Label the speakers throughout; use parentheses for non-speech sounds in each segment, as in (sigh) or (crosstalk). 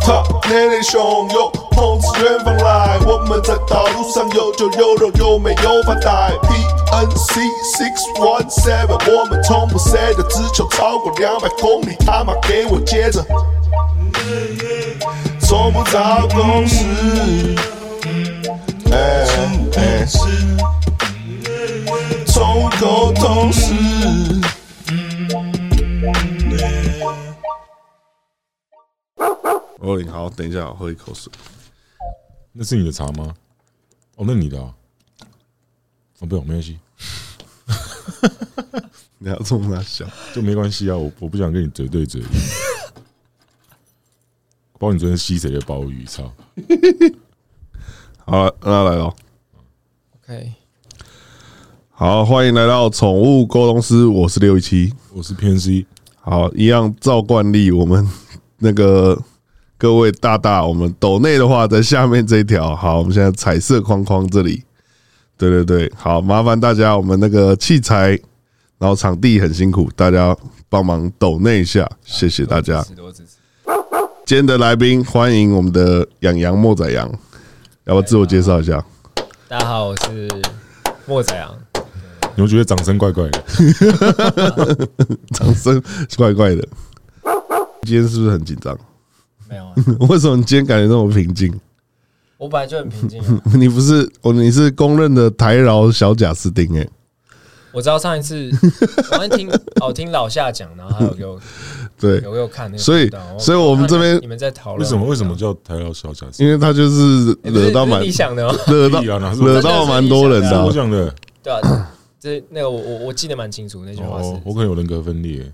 Speaker 1: 他年龄汹涌，碰自远方来。我们在道路上有酒有肉，又没有发呆。PNC six one seven，我们从不 s 的，只求超过两百公里。他妈给我接着，从不找公司。哎哎，从无沟通时。
Speaker 2: 哦，好，等一下，我喝一口水。
Speaker 3: 那是你的茶吗？哦，那你的、啊。哦，不用，没关系，
Speaker 2: 你要冲他笑，
Speaker 3: 就没关系啊。我我不想跟你嘴对嘴。 (laughs) 不知道你昨天吸谁的鲍鱼？操！
Speaker 2: 好了，那来了。
Speaker 4: OK，
Speaker 2: 好，欢迎来到宠物沟通师，我是六一七。
Speaker 3: 我是偏 C，
Speaker 2: 好，一样照惯例，我们那个各位大大，我们抖内的话在下面这一条。好，我们现在彩色框框这里。对对对，好，麻烦大家，我们那个器材，然后场地很辛苦，大家帮忙抖内一下，谢谢大家。
Speaker 4: 是多支持。
Speaker 2: 今天的来宾，欢迎我们的养羊莫仔羊，要不要自我介绍一下？
Speaker 4: 大家好，我是莫仔阳，
Speaker 3: 你们觉得掌声怪怪的？
Speaker 2: (laughs) 掌声是怪怪的。今天是不是很紧张？ (laughs)
Speaker 4: 没有啊，
Speaker 2: 为什么你今天感觉那么平静？
Speaker 4: (laughs)
Speaker 2: (laughs)
Speaker 4: 我本来就很平静啊。
Speaker 2: 你不是哦，你是公认的台饶小贾斯汀哎、
Speaker 4: 我知道上一次我好像听哦听老夏讲，然后还有给我
Speaker 2: 对
Speaker 4: 有，给我看那个
Speaker 2: 所以
Speaker 4: 频道
Speaker 2: 所以我们这边
Speaker 4: 看你们在讨论
Speaker 3: 为什么为什么叫台老小贾斯？
Speaker 2: 因为他就是
Speaker 4: 哎不是
Speaker 2: 惹到
Speaker 4: 不是
Speaker 2: 蛮
Speaker 4: 你想的哦，
Speaker 2: (laughs) 惹到
Speaker 3: 屁啊哪是我
Speaker 2: 惹到蛮多人的
Speaker 3: 我
Speaker 2: 啊、
Speaker 3: 讲的
Speaker 4: 对啊，这那个我我我记得蛮清楚那句话啊是
Speaker 3: 哦，我可能有人格分
Speaker 4: (laughs)
Speaker 3: 裂，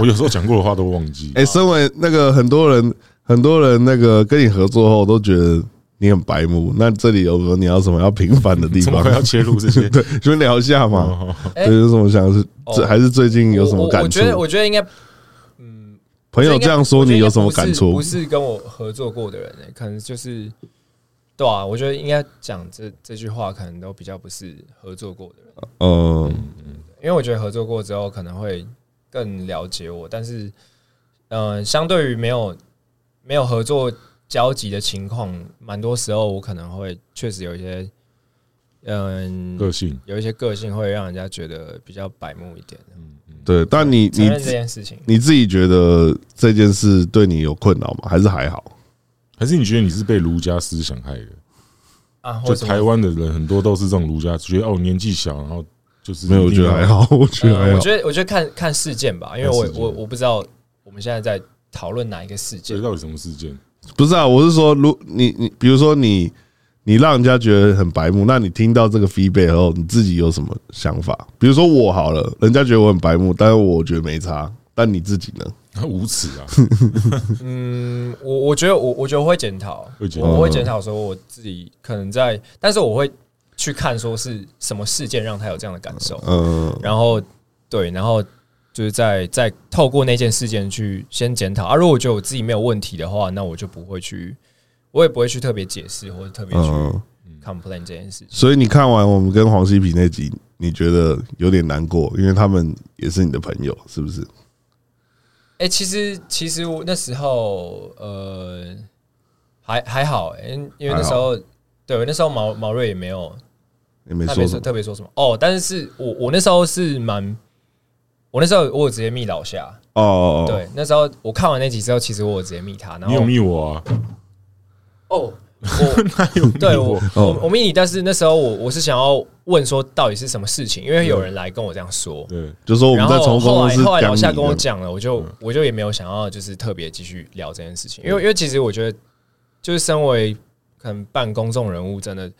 Speaker 3: 我有时候讲过的话都忘记。
Speaker 2: 哎、身为那个很多人很多人那个跟你合作后都觉得你很白目，那这里有没有你要什么要平反的地
Speaker 3: (laughs) (laughs) 怎么
Speaker 2: 方
Speaker 3: 还？要切入
Speaker 2: (laughs)
Speaker 3: 这些？
Speaker 2: 对，就聊一下嘛。
Speaker 3: 哦
Speaker 2: 对，
Speaker 4: 哎
Speaker 2: 有什么想是
Speaker 4: 哦
Speaker 2: 这还是最近有什么
Speaker 4: 我我
Speaker 2: 感
Speaker 4: 我
Speaker 2: 触
Speaker 4: 觉？得我觉得应该
Speaker 2: 朋友这样说，你有什么感触
Speaker 4: 不？是不是跟我合作过的人、欸，可能就是对啊，我觉得应该讲这这句话，可能都比较不是合作过的人，
Speaker 2: 嗯，
Speaker 4: 因为我觉得合作过之后可能会更了解我，但是嗯、呃相对于没有没有合作交集的情况，蛮多时候我可能会确实有一些嗯、
Speaker 3: 个性，
Speaker 4: 有一些个性会让人家觉得比较白目一点，
Speaker 2: 对。但你
Speaker 4: 承
Speaker 2: 你
Speaker 4: 认这件事情。
Speaker 2: 你自己觉得这件事对你有困扰吗？还是还好？
Speaker 3: 还是你觉得你是被儒家思想害的？
Speaker 4: 啊，
Speaker 3: 就
Speaker 4: 或者
Speaker 3: 台湾的人很多都是这种儒家，觉得哦年纪小，然后就是
Speaker 2: 没有，我
Speaker 3: 一
Speaker 2: 觉
Speaker 3: 定
Speaker 2: 得
Speaker 3: 要
Speaker 2: 还。好， (laughs) 我觉得还
Speaker 4: 呃我
Speaker 2: 好。
Speaker 4: 觉得我觉得看看事件吧，因为我
Speaker 3: 看事件
Speaker 4: 我我不知道我们现在在讨论哪一个事
Speaker 3: 这
Speaker 4: 件。
Speaker 3: 到底什么事件？ (laughs)
Speaker 2: 不是啊，我是说，如你你比如说你你让人家觉得很白目，那你听到这个 feedback 后，你自己有什么想法？比如说我好了，人家觉得我很白目，但是我觉得没差。但你自己呢？
Speaker 3: 无耻
Speaker 2: (laughs)
Speaker 3: 啊！
Speaker 4: 嗯，我我觉得我我觉得我会检讨，
Speaker 3: 会检讨
Speaker 4: 我
Speaker 2: 哦
Speaker 4: 我会检讨说我自己可能在，但是我会去看说是什么事件让他有这样的感受，
Speaker 2: 嗯、
Speaker 4: 然后对，然后就是在在透过那件事件去先检讨啊。如果我觉得我自己没有问题的话，那我就不会去，我也不会去特别解释或者特别去
Speaker 2: 嗯、
Speaker 4: complain 这件事情。
Speaker 2: 所以你看完我们跟黄西皮那集，你觉得有点难过，因为他们也是你的朋友，是不是？
Speaker 4: 哎、其实其实我那时候呃还还好、欸，因因为那时候对那时候毛毛瑞也没有
Speaker 2: 也没
Speaker 4: 特
Speaker 2: 说
Speaker 4: 别
Speaker 2: 什
Speaker 4: 说
Speaker 2: 么。
Speaker 4: 特别说什么哦，但是是我我那时候是蛮，我那时候我有直接密老夏，
Speaker 2: 哦哦哦，
Speaker 4: 对，那时候我看完那集之后，其实我有直接密他，然
Speaker 3: 你有
Speaker 4: 后
Speaker 3: 密我
Speaker 2: (laughs)
Speaker 3: 啊？
Speaker 4: 哦。我
Speaker 3: 哪有密
Speaker 4: 对我我
Speaker 2: 哦
Speaker 4: 我密你，但是那时候我我是想要问说到底是什么事情，因为有人来跟我这样说，
Speaker 3: 对，
Speaker 2: 就嗯哦说我们
Speaker 4: 然
Speaker 2: 在
Speaker 4: 后
Speaker 2: 从
Speaker 4: 后
Speaker 2: 公
Speaker 4: 来
Speaker 2: 司
Speaker 4: 后来
Speaker 2: 讲
Speaker 4: 老
Speaker 2: 你嗯
Speaker 4: 夏跟我
Speaker 2: 的，
Speaker 4: 讲了，我就我就也没有想要就是特别继续聊这件事情，因为因为其实我觉得就是身为可能半公众人物，真的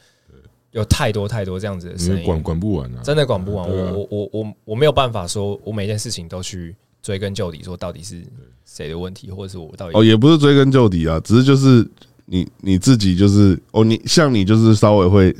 Speaker 4: 有太多太多这样子的
Speaker 3: 你
Speaker 4: 声
Speaker 3: 也管
Speaker 4: 音，
Speaker 3: 管不完啊！
Speaker 4: 真的管不完。
Speaker 3: 对啊
Speaker 4: 我我我我我没有办法说我每件事情都去追根究底，说到底是谁的问题，或者是我到
Speaker 2: 哦，
Speaker 4: 底
Speaker 2: 也不是追根究底啊，只是就是你你自己就是哦，你像你就是稍微会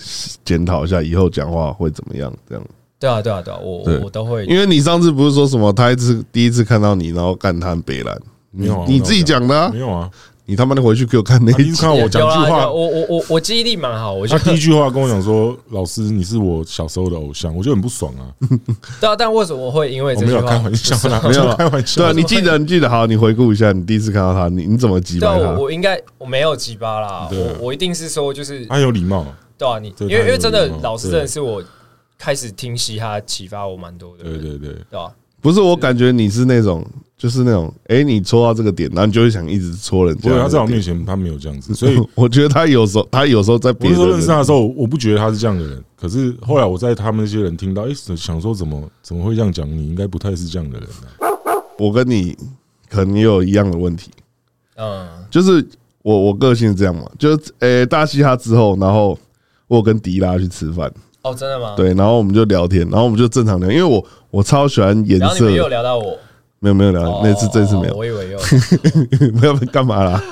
Speaker 2: 检讨一下以后讲话会怎么样这样，
Speaker 4: 对啊对啊对啊，我
Speaker 2: 对
Speaker 4: 我我都会
Speaker 2: 因为你上次不是说什么他一次第一次看到你，然后干他很北兰，
Speaker 3: 没有啊
Speaker 2: 你自己讲的啊 (laughs)
Speaker 3: 没，有啊？
Speaker 2: 你他妈的回去给我看那
Speaker 3: 啊你
Speaker 2: 一
Speaker 3: 是
Speaker 2: 集
Speaker 3: 看我讲
Speaker 4: 有啦
Speaker 3: 句
Speaker 4: 有
Speaker 3: 话
Speaker 4: 啦，我我我我记忆力蛮好，
Speaker 3: (laughs)
Speaker 4: 我觉
Speaker 3: 他
Speaker 4: 得
Speaker 3: 第一句话跟我讲说：“老师，你是我小时候的偶像。”我就很不爽
Speaker 2: (laughs)
Speaker 3: 啊！
Speaker 4: 对啊，但为什么会因为
Speaker 3: 我
Speaker 4: 这
Speaker 3: 没
Speaker 4: 句
Speaker 3: 有啊
Speaker 4: 话
Speaker 3: 开玩笑
Speaker 4: 不是
Speaker 3: 啦，
Speaker 2: 没有
Speaker 3: 我
Speaker 2: 啦
Speaker 3: 就开玩笑
Speaker 2: 对啊，
Speaker 3: 啦。
Speaker 2: 你记得你记得好，你回顾一下，你第一次看到他，你你怎么击败
Speaker 4: (laughs) 对啊，
Speaker 2: 他
Speaker 4: 我？我应该我没有鸡巴啦，
Speaker 3: 对啊
Speaker 4: 我我一定是说就是
Speaker 3: 他很有礼貌，
Speaker 4: 对啊，你
Speaker 3: 这
Speaker 4: 因
Speaker 3: 个
Speaker 4: 为
Speaker 3: 太
Speaker 4: 因为真的
Speaker 3: 有礼貌
Speaker 4: 老师
Speaker 3: 对
Speaker 4: 真的是我开始听嘻哈启发我蛮多的，
Speaker 3: 对对
Speaker 2: 啊
Speaker 3: 对，
Speaker 4: 对吧？
Speaker 2: 不是，我感觉你是那种，就是那种，哎、你戳到这个点，然后你就会想一直戳人家
Speaker 3: 不
Speaker 2: 那
Speaker 3: 过
Speaker 2: 个点。
Speaker 3: 他在我面前他没有这样
Speaker 2: (laughs)
Speaker 3: 子，所以
Speaker 2: 我觉得他有时候，他有时候在
Speaker 3: 我
Speaker 2: 别
Speaker 3: 那时候
Speaker 2: 人
Speaker 3: 认识他的时候，我不觉得他是这样的人。可是后来我在他们那些人听到，哎、想说怎么怎么会这样讲？你应该不太是这样的人、啊。
Speaker 2: 我跟你可能也有一样的问题，
Speaker 4: 嗯，
Speaker 2: 就是我我个性是这样嘛，就是诶、大嘻哈之后，然后我有跟迪拉去吃饭，
Speaker 4: 哦，真的吗？，
Speaker 2: 对，然后我们就聊天，然后我们就正常聊，因为我我超喜欢颜
Speaker 4: 然后你
Speaker 2: 色
Speaker 4: 们又
Speaker 2: 的，
Speaker 4: 聊到我，
Speaker 2: 没有没有聊，那次
Speaker 4: 哦
Speaker 2: 这次没
Speaker 4: 哦
Speaker 2: 有，
Speaker 4: 我以
Speaker 3: (laughs)
Speaker 4: 为又
Speaker 2: (laughs) 没有干嘛啦。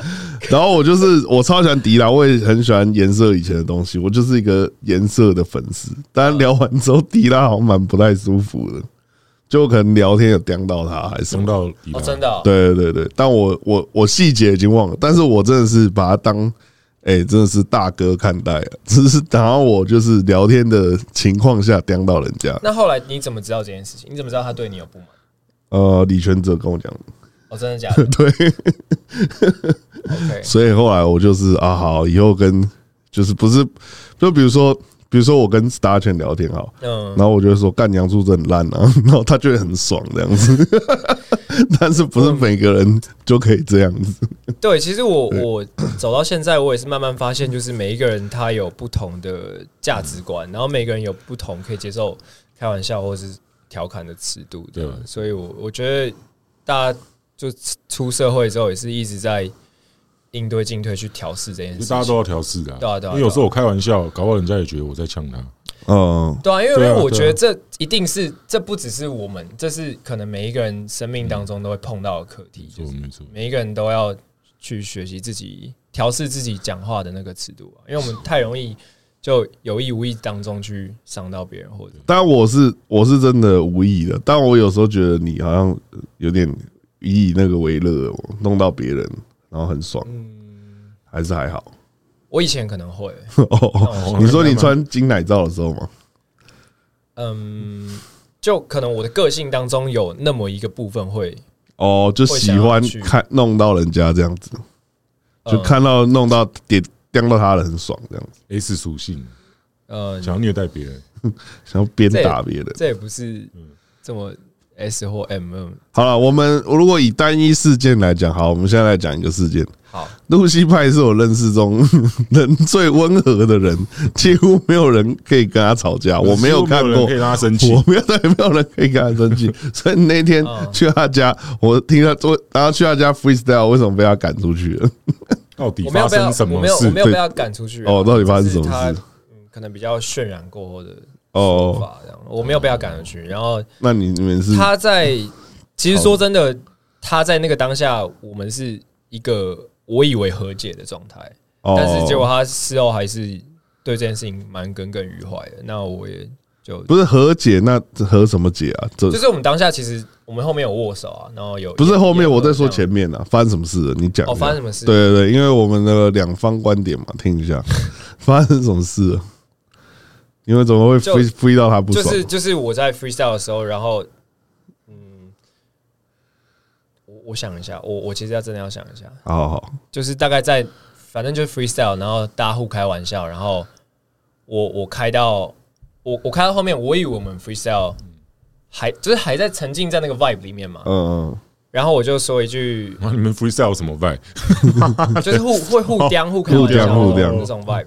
Speaker 2: 然后我就是我超喜欢迪拉，我也很喜欢颜色以前的东西，我就是一个颜色的粉丝。但聊完之后，迪拉好像蛮不太舒服的，就可能聊天有刁到他还是什么
Speaker 3: 升。到迪拉
Speaker 4: 哦，真
Speaker 3: (laughs)
Speaker 4: 的哦，
Speaker 2: 对对对对，但我我我细节已经忘了，但是我真的是把他当，哎、真的是大哥看待啊， (laughs) 只是然后我就是聊天的情况下刁到人家，
Speaker 4: 那后来你怎么知道这件事情？你怎么知道他对你有不满？
Speaker 2: 呃，李全哲跟我讲， (laughs)
Speaker 4: 哦，真的假的
Speaker 3: (laughs)
Speaker 2: 对，
Speaker 4: ？OK，
Speaker 2: 所以后来我就是啊，好，以后跟就是不是，就比如说比如说我跟 Star 圈聊天好，
Speaker 4: 嗯
Speaker 2: 然，后我就会说干杨柱真的很烂啊， (laughs) 然后他就会很爽这样子， (laughs) 但是不是
Speaker 4: 嗯
Speaker 2: 每个人就可以这样子，
Speaker 4: 对，其实我
Speaker 3: 嗯
Speaker 4: 我走到现在，我也是慢慢发现，就是每一个人他有不同的价值观，然后每个人有不同可以接受开玩笑或是调侃的尺度，对吧
Speaker 3: 对？
Speaker 4: 所以我我觉得大家就出社会之后，也是一直在应对进退去调试这件
Speaker 3: 其
Speaker 4: 事
Speaker 3: 实
Speaker 4: 情。
Speaker 3: 大家都要调试的、
Speaker 4: 对啊对啊
Speaker 3: 因为有时候我开玩笑，搞不好人家也觉得我在呛他。
Speaker 2: 嗯，
Speaker 4: 对啊，因为因
Speaker 3: 对啊
Speaker 4: 为我
Speaker 3: 对啊
Speaker 4: 觉得这一定是这不只是我们，这是可能每一个人生命当中都会碰到的课题，就
Speaker 3: 没
Speaker 4: 是
Speaker 3: 错没错，
Speaker 4: 每一个人都要去学习自己调试自己讲话的那个尺度啊，因为我们太容易就有意无意当中去伤到别人，或者
Speaker 2: 但我是我是真的无意的，但我有时候觉得你好像呃有点以那个为乐哦，弄到别人，然后很爽，还是还好。
Speaker 4: 我以前可能会， (laughs)
Speaker 2: (laughs) 哦，你说你穿金奶罩的时候吗？
Speaker 4: 嗯，就可能我的个性当中有那么一个部分会，
Speaker 2: 哦，就喜欢
Speaker 4: 会想要去
Speaker 2: 看弄到人家这样子，就
Speaker 4: 嗯
Speaker 2: 看到弄到点刁到他的很爽，这样子，
Speaker 3: S 属性
Speaker 4: 呃，
Speaker 3: 想要虐待别人，
Speaker 2: 想要鞭打别人。
Speaker 4: 这也不是
Speaker 2: 嗯
Speaker 4: 这么 S 或 M，嗯
Speaker 2: 好了，我们如果以单一事件来讲，好，我们现在来讲一个事件。
Speaker 4: 好，
Speaker 2: 露西派是我认识中 (laughs) 人最温和的人，几乎没有人可以跟他吵架。我没有看
Speaker 3: 几
Speaker 2: 过
Speaker 3: 乎没人可，以让他生气
Speaker 2: 我。没有对，没有人可以跟他生
Speaker 4: (laughs)
Speaker 2: 气。所以那天
Speaker 4: 嗯
Speaker 2: 去他家，我听他做，然后去他家 freestyle，为什么被他赶出去了？
Speaker 3: 到底
Speaker 4: 我没有
Speaker 3: 发
Speaker 4: 被他
Speaker 3: 生什，
Speaker 4: 我
Speaker 3: 么
Speaker 4: 没有，我
Speaker 3: 事 (laughs)
Speaker 4: 没？有被他赶出去啊。
Speaker 2: 哦到底发生什么
Speaker 4: 只是他
Speaker 2: 事
Speaker 4: 嗯，可能比较渲染过后的手
Speaker 2: 哦，
Speaker 4: 法这样，我没有被他赶出去。然后
Speaker 2: 那你你们是
Speaker 4: 他在，其实说真的，他在那个当下，我们是一个我以为和解的状态，
Speaker 2: 哦
Speaker 4: 但是结果他事后还是对这件事情蛮耿耿于怀的。那我也就
Speaker 2: 不是和解？那和什么解啊？这
Speaker 4: 就是我们当下其实我们后面有握手啊，然后有
Speaker 2: 不是后面我在说
Speaker 4: 钱
Speaker 2: 前面啊，发生什么事了？你讲一下
Speaker 4: 哦，发生什么事？
Speaker 2: 对对对，因为我们的两方观点嘛，听
Speaker 4: (laughs)
Speaker 2: 一下发生什么事了。你们怎么会
Speaker 4: 就
Speaker 2: 飞飞到他不
Speaker 4: 就
Speaker 2: 爽？
Speaker 4: 是就是我在 freestyle 的时候，然后，嗯，嗯我我想一下，我我其实要真的要想一下，
Speaker 2: 好好好，
Speaker 4: 就是大概在反正就是 freestyle，然后大家互开玩笑，然后我我开到我我开到后面，我以为我们 freestyle 还就是还在沉浸在那个 vibe 里面嘛，
Speaker 2: 嗯嗯，
Speaker 4: 然后我就说
Speaker 3: (laughs)
Speaker 4: 一句，
Speaker 3: 哇，你们 freestyle 什么 vibe？
Speaker 4: 就是互会互刁互开
Speaker 2: 互
Speaker 4: 玩笑
Speaker 2: 刁互
Speaker 4: 那
Speaker 2: 刁
Speaker 4: 种那种 vibe，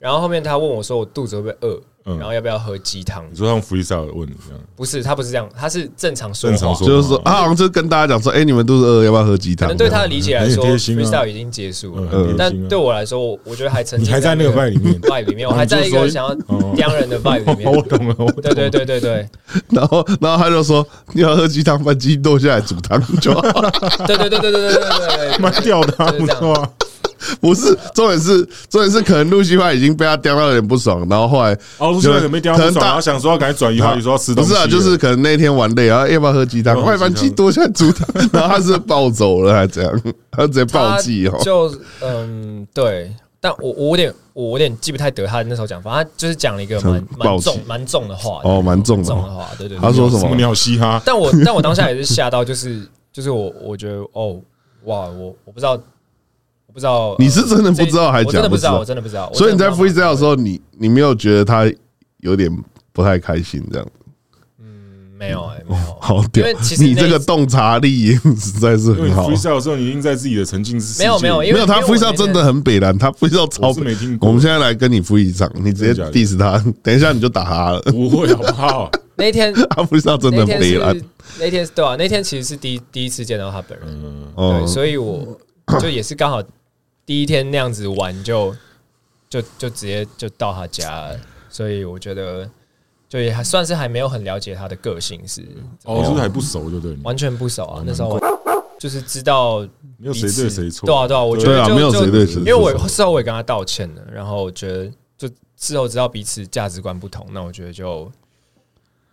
Speaker 4: 然后后面他问我说我肚子会不会饿，
Speaker 3: 嗯
Speaker 4: 然后要不要喝鸡汤
Speaker 3: 你？说他用 freestyle 问你啊这样，
Speaker 4: 不是，他不是这样，他是正常说
Speaker 3: 正
Speaker 4: 话
Speaker 3: 常。说
Speaker 2: 就是说啊，好像就跟大家讲说，哎、你们肚子饿，要不要喝鸡
Speaker 4: 可
Speaker 2: 汤？
Speaker 4: 能对他
Speaker 2: 这
Speaker 4: 的
Speaker 2: 样
Speaker 4: 理解来
Speaker 3: 很
Speaker 4: 说、
Speaker 3: 贴
Speaker 4: f
Speaker 3: 心
Speaker 4: r
Speaker 3: 啊
Speaker 4: e e s t y l e 已经结束
Speaker 2: 呃
Speaker 4: 了，
Speaker 3: 嗯，
Speaker 4: 但对
Speaker 3: 我，
Speaker 4: 我来说，我我觉得还沉浸
Speaker 3: 你还在那个 vibe 里面
Speaker 4: vibe 里面，我
Speaker 3: 哦
Speaker 4: 还在一个
Speaker 3: 你就
Speaker 4: 想
Speaker 3: 说
Speaker 4: 要刁人的 vibe 里
Speaker 3: 哦我
Speaker 4: 面。
Speaker 3: 懂了，我懂
Speaker 4: 对
Speaker 3: 了。
Speaker 4: 对对对对
Speaker 2: (laughs) 然后然后他就说，你要喝鸡汤，把鸡剁下来煮汤就好了。 (laughs)
Speaker 4: 对对对对对对对对对，
Speaker 3: 蛮屌的啊，
Speaker 4: 就是
Speaker 3: 不
Speaker 4: 这样
Speaker 3: 错啊。
Speaker 2: 不是，重点是重点是可能露西派已经被他刁到有点不爽，然后后来
Speaker 3: 哦，陆续有没掉
Speaker 2: 可
Speaker 3: 不
Speaker 2: 能
Speaker 3: 爽，
Speaker 2: 大
Speaker 3: 然后想说要赶紧转移话题，说要吃
Speaker 2: 不
Speaker 3: 东西
Speaker 2: 是
Speaker 3: 了。
Speaker 2: 啊，就是可能那天玩累，然后要不要喝鸡汤？
Speaker 3: 要不
Speaker 2: 快
Speaker 3: 要喝
Speaker 2: 把
Speaker 3: 鸡汤
Speaker 2: 鸡多下煮汤， (laughs) 然后他是暴走了还是怎样？他直接暴击哦
Speaker 4: 他。就嗯，对，但我我有点我有点记不太得他那时候讲，反正他就是讲了一个蛮
Speaker 2: 很暴
Speaker 4: 蛮
Speaker 2: 气
Speaker 4: 重蛮重的话，
Speaker 2: 哦蛮重的
Speaker 4: 重
Speaker 2: 话
Speaker 4: 的话，对对。对
Speaker 2: 他说什
Speaker 3: 什么
Speaker 2: 么？
Speaker 3: 鸟嘻哈，
Speaker 4: 但我但我当下也是吓到，就是就是我我觉得哦哇，我我不知道，我不知道
Speaker 2: 你是真的不知道
Speaker 4: 这
Speaker 2: 还
Speaker 4: 我真
Speaker 2: 假
Speaker 4: 的
Speaker 2: 不
Speaker 4: 不
Speaker 2: 知
Speaker 4: 知
Speaker 2: 道
Speaker 4: 道，我真的不知道。
Speaker 2: 所以你在
Speaker 4: free
Speaker 2: freestyle 的时候，你你没有觉得他有点不太开心这样？
Speaker 4: 没有哎、没有，
Speaker 2: 好屌
Speaker 4: 因为其！实
Speaker 2: 你
Speaker 4: 那
Speaker 2: 这个洞察力实在是
Speaker 3: 因为
Speaker 2: 很
Speaker 3: 你
Speaker 2: 好。
Speaker 3: freestyle 的时候，你已经在自己的沉浸式世界
Speaker 4: 没有没有，因为
Speaker 2: 没有，他
Speaker 4: 因为我
Speaker 2: freestyle
Speaker 4: 那天
Speaker 2: 真的很北蓝，他 freestyle 超
Speaker 3: 我是没听过
Speaker 2: 我们现在来跟你 f 一场，你直接
Speaker 3: 真的假的
Speaker 2: diss 他， (laughs) 等一下你就打他了。
Speaker 3: 不会好不好？
Speaker 4: 那天
Speaker 2: 他 freestyle 真的
Speaker 4: 那
Speaker 2: 很
Speaker 4: 天
Speaker 2: 北蓝
Speaker 4: 是。那天是对啊，那天其实是第一第一次见到他本人，
Speaker 3: 嗯，
Speaker 2: 哦
Speaker 4: 对，，所以我 (coughs) 就也是刚好第一天那样子玩就，就就直接就到他家了，所以我觉得就也还算是还没有很了解他的个性是
Speaker 3: 哦，就是还不熟，就对了，
Speaker 4: 完全不熟啊，那时候完就是知道
Speaker 3: 没有谁对谁错。
Speaker 4: 对啊对啊，我觉
Speaker 2: 对
Speaker 4: 得
Speaker 2: 啊
Speaker 4: 就
Speaker 2: 没有谁
Speaker 4: 就
Speaker 2: 对谁
Speaker 4: 因为我
Speaker 2: 错
Speaker 4: 事后我也跟他道歉了，然后我觉得就事后知道彼此价值观不同，那我觉得就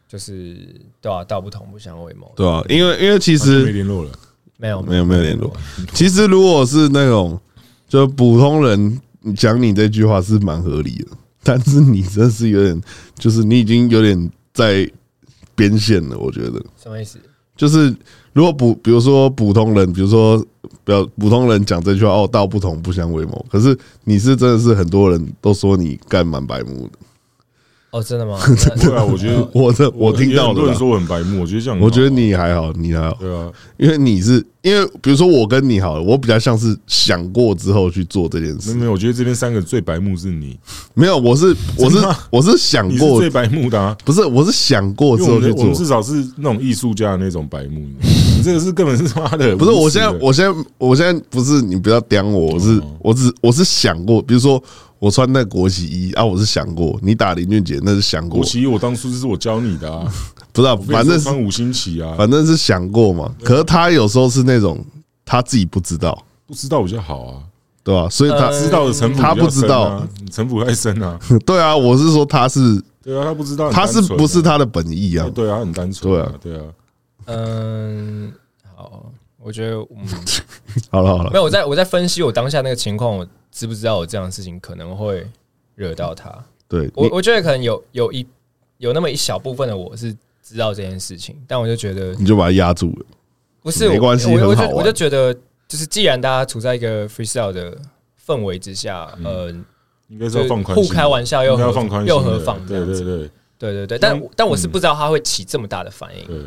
Speaker 4: 就是对啊，道不同不相为谋，
Speaker 2: 对啊，因为因为其
Speaker 3: 完全没
Speaker 2: 实
Speaker 3: 联络了，
Speaker 4: 没有
Speaker 2: 没有没有联络。其实如果是那种就普通人你讲你这句话是蛮合理的，但是你真是有点，就是你已经有点在边线了，我觉得。
Speaker 4: 什么意思？
Speaker 2: 就是如果普，比如说普通人，比如说比较普通人讲这句话，哦，道不同不相为谋。可是你是真的是很多人都说你干蛮白目的，
Speaker 4: 哦，真的
Speaker 2: (laughs)
Speaker 4: 吗？
Speaker 3: 对啊，我觉得
Speaker 2: 我这我听
Speaker 3: 有
Speaker 2: 到
Speaker 3: 很
Speaker 2: 的
Speaker 3: 多人
Speaker 2: 啦。
Speaker 3: 说我很白目，我觉得这样很好，
Speaker 2: 我觉得你还好，你还好，
Speaker 3: 对啊，
Speaker 2: 因为你是因为比如说我跟你好了，我比较像是想过之后去做这件
Speaker 3: 没有
Speaker 2: 事，
Speaker 3: 没有，我觉得这边三个最白目是你，
Speaker 2: 没有，我是我是
Speaker 3: 真的吗
Speaker 2: 我是想
Speaker 3: 你是
Speaker 2: 过
Speaker 3: 最，白目的啊。
Speaker 2: 不是 (laughs) 我是想过
Speaker 3: 因
Speaker 2: 之
Speaker 3: 为我
Speaker 2: 后
Speaker 3: 们
Speaker 2: 去
Speaker 3: 我们至
Speaker 2: 做，
Speaker 3: 少是那种艺术家的那种白目，
Speaker 2: (laughs)
Speaker 3: 你这个是根本是他妈的无耻的，
Speaker 2: 不是我现在我现在我现在不是你不要刁我，我是
Speaker 3: 哦
Speaker 2: 我只我是想过，比如说我穿那国旗衣啊，我是想过，你打林俊杰那是想过
Speaker 3: 国，旗，我当初就是我教你的啊，
Speaker 2: 不是啊、
Speaker 3: 我跟你
Speaker 2: 反
Speaker 3: 说
Speaker 2: 正是
Speaker 3: 穿啊五星旗啊，
Speaker 2: 反正是想过嘛。可是他有时候是那种他自己不知道，
Speaker 3: 不知道比较好啊，
Speaker 2: 对吧、所以他、
Speaker 4: 呃
Speaker 3: 知道的城府
Speaker 2: 他不知道
Speaker 3: 啊城府太深啊，
Speaker 2: 对啊，我是说他是
Speaker 3: 对啊，他不知道，
Speaker 2: 他是
Speaker 3: 很单纯啊
Speaker 2: 不是？他的本意啊
Speaker 3: 哦？对啊，很单纯，
Speaker 2: 对啊，
Speaker 3: 对啊，
Speaker 4: 嗯，好，我觉得嗯，
Speaker 2: 好了好了
Speaker 4: 没，有我在我在分析我当下那个情况，我知不知道我这样的事情可能会惹到他？
Speaker 2: 对
Speaker 4: 我
Speaker 2: 你
Speaker 4: 我觉得可能有有一有那么一小部分的我是知道这件事情，但我就觉得
Speaker 2: 你就把他压住了，
Speaker 4: 不是，我
Speaker 2: 没关系
Speaker 4: 我我
Speaker 2: 很好
Speaker 4: 就
Speaker 2: 玩
Speaker 4: 我就觉得就是既然大家处在一个 freestyle 的氛围之下，呃，
Speaker 3: 应该是
Speaker 4: 就
Speaker 3: 要
Speaker 4: 是
Speaker 3: 嗯放宽心
Speaker 4: 互
Speaker 3: 的，
Speaker 4: 开玩笑又
Speaker 3: 应该要
Speaker 4: 何
Speaker 3: 放宽心的，
Speaker 4: 又何妨这
Speaker 3: 对
Speaker 4: 样子？
Speaker 3: 对对
Speaker 4: 对对对，但
Speaker 3: 嗯
Speaker 4: 但我是不知道他会起这么大的反应，
Speaker 3: 对，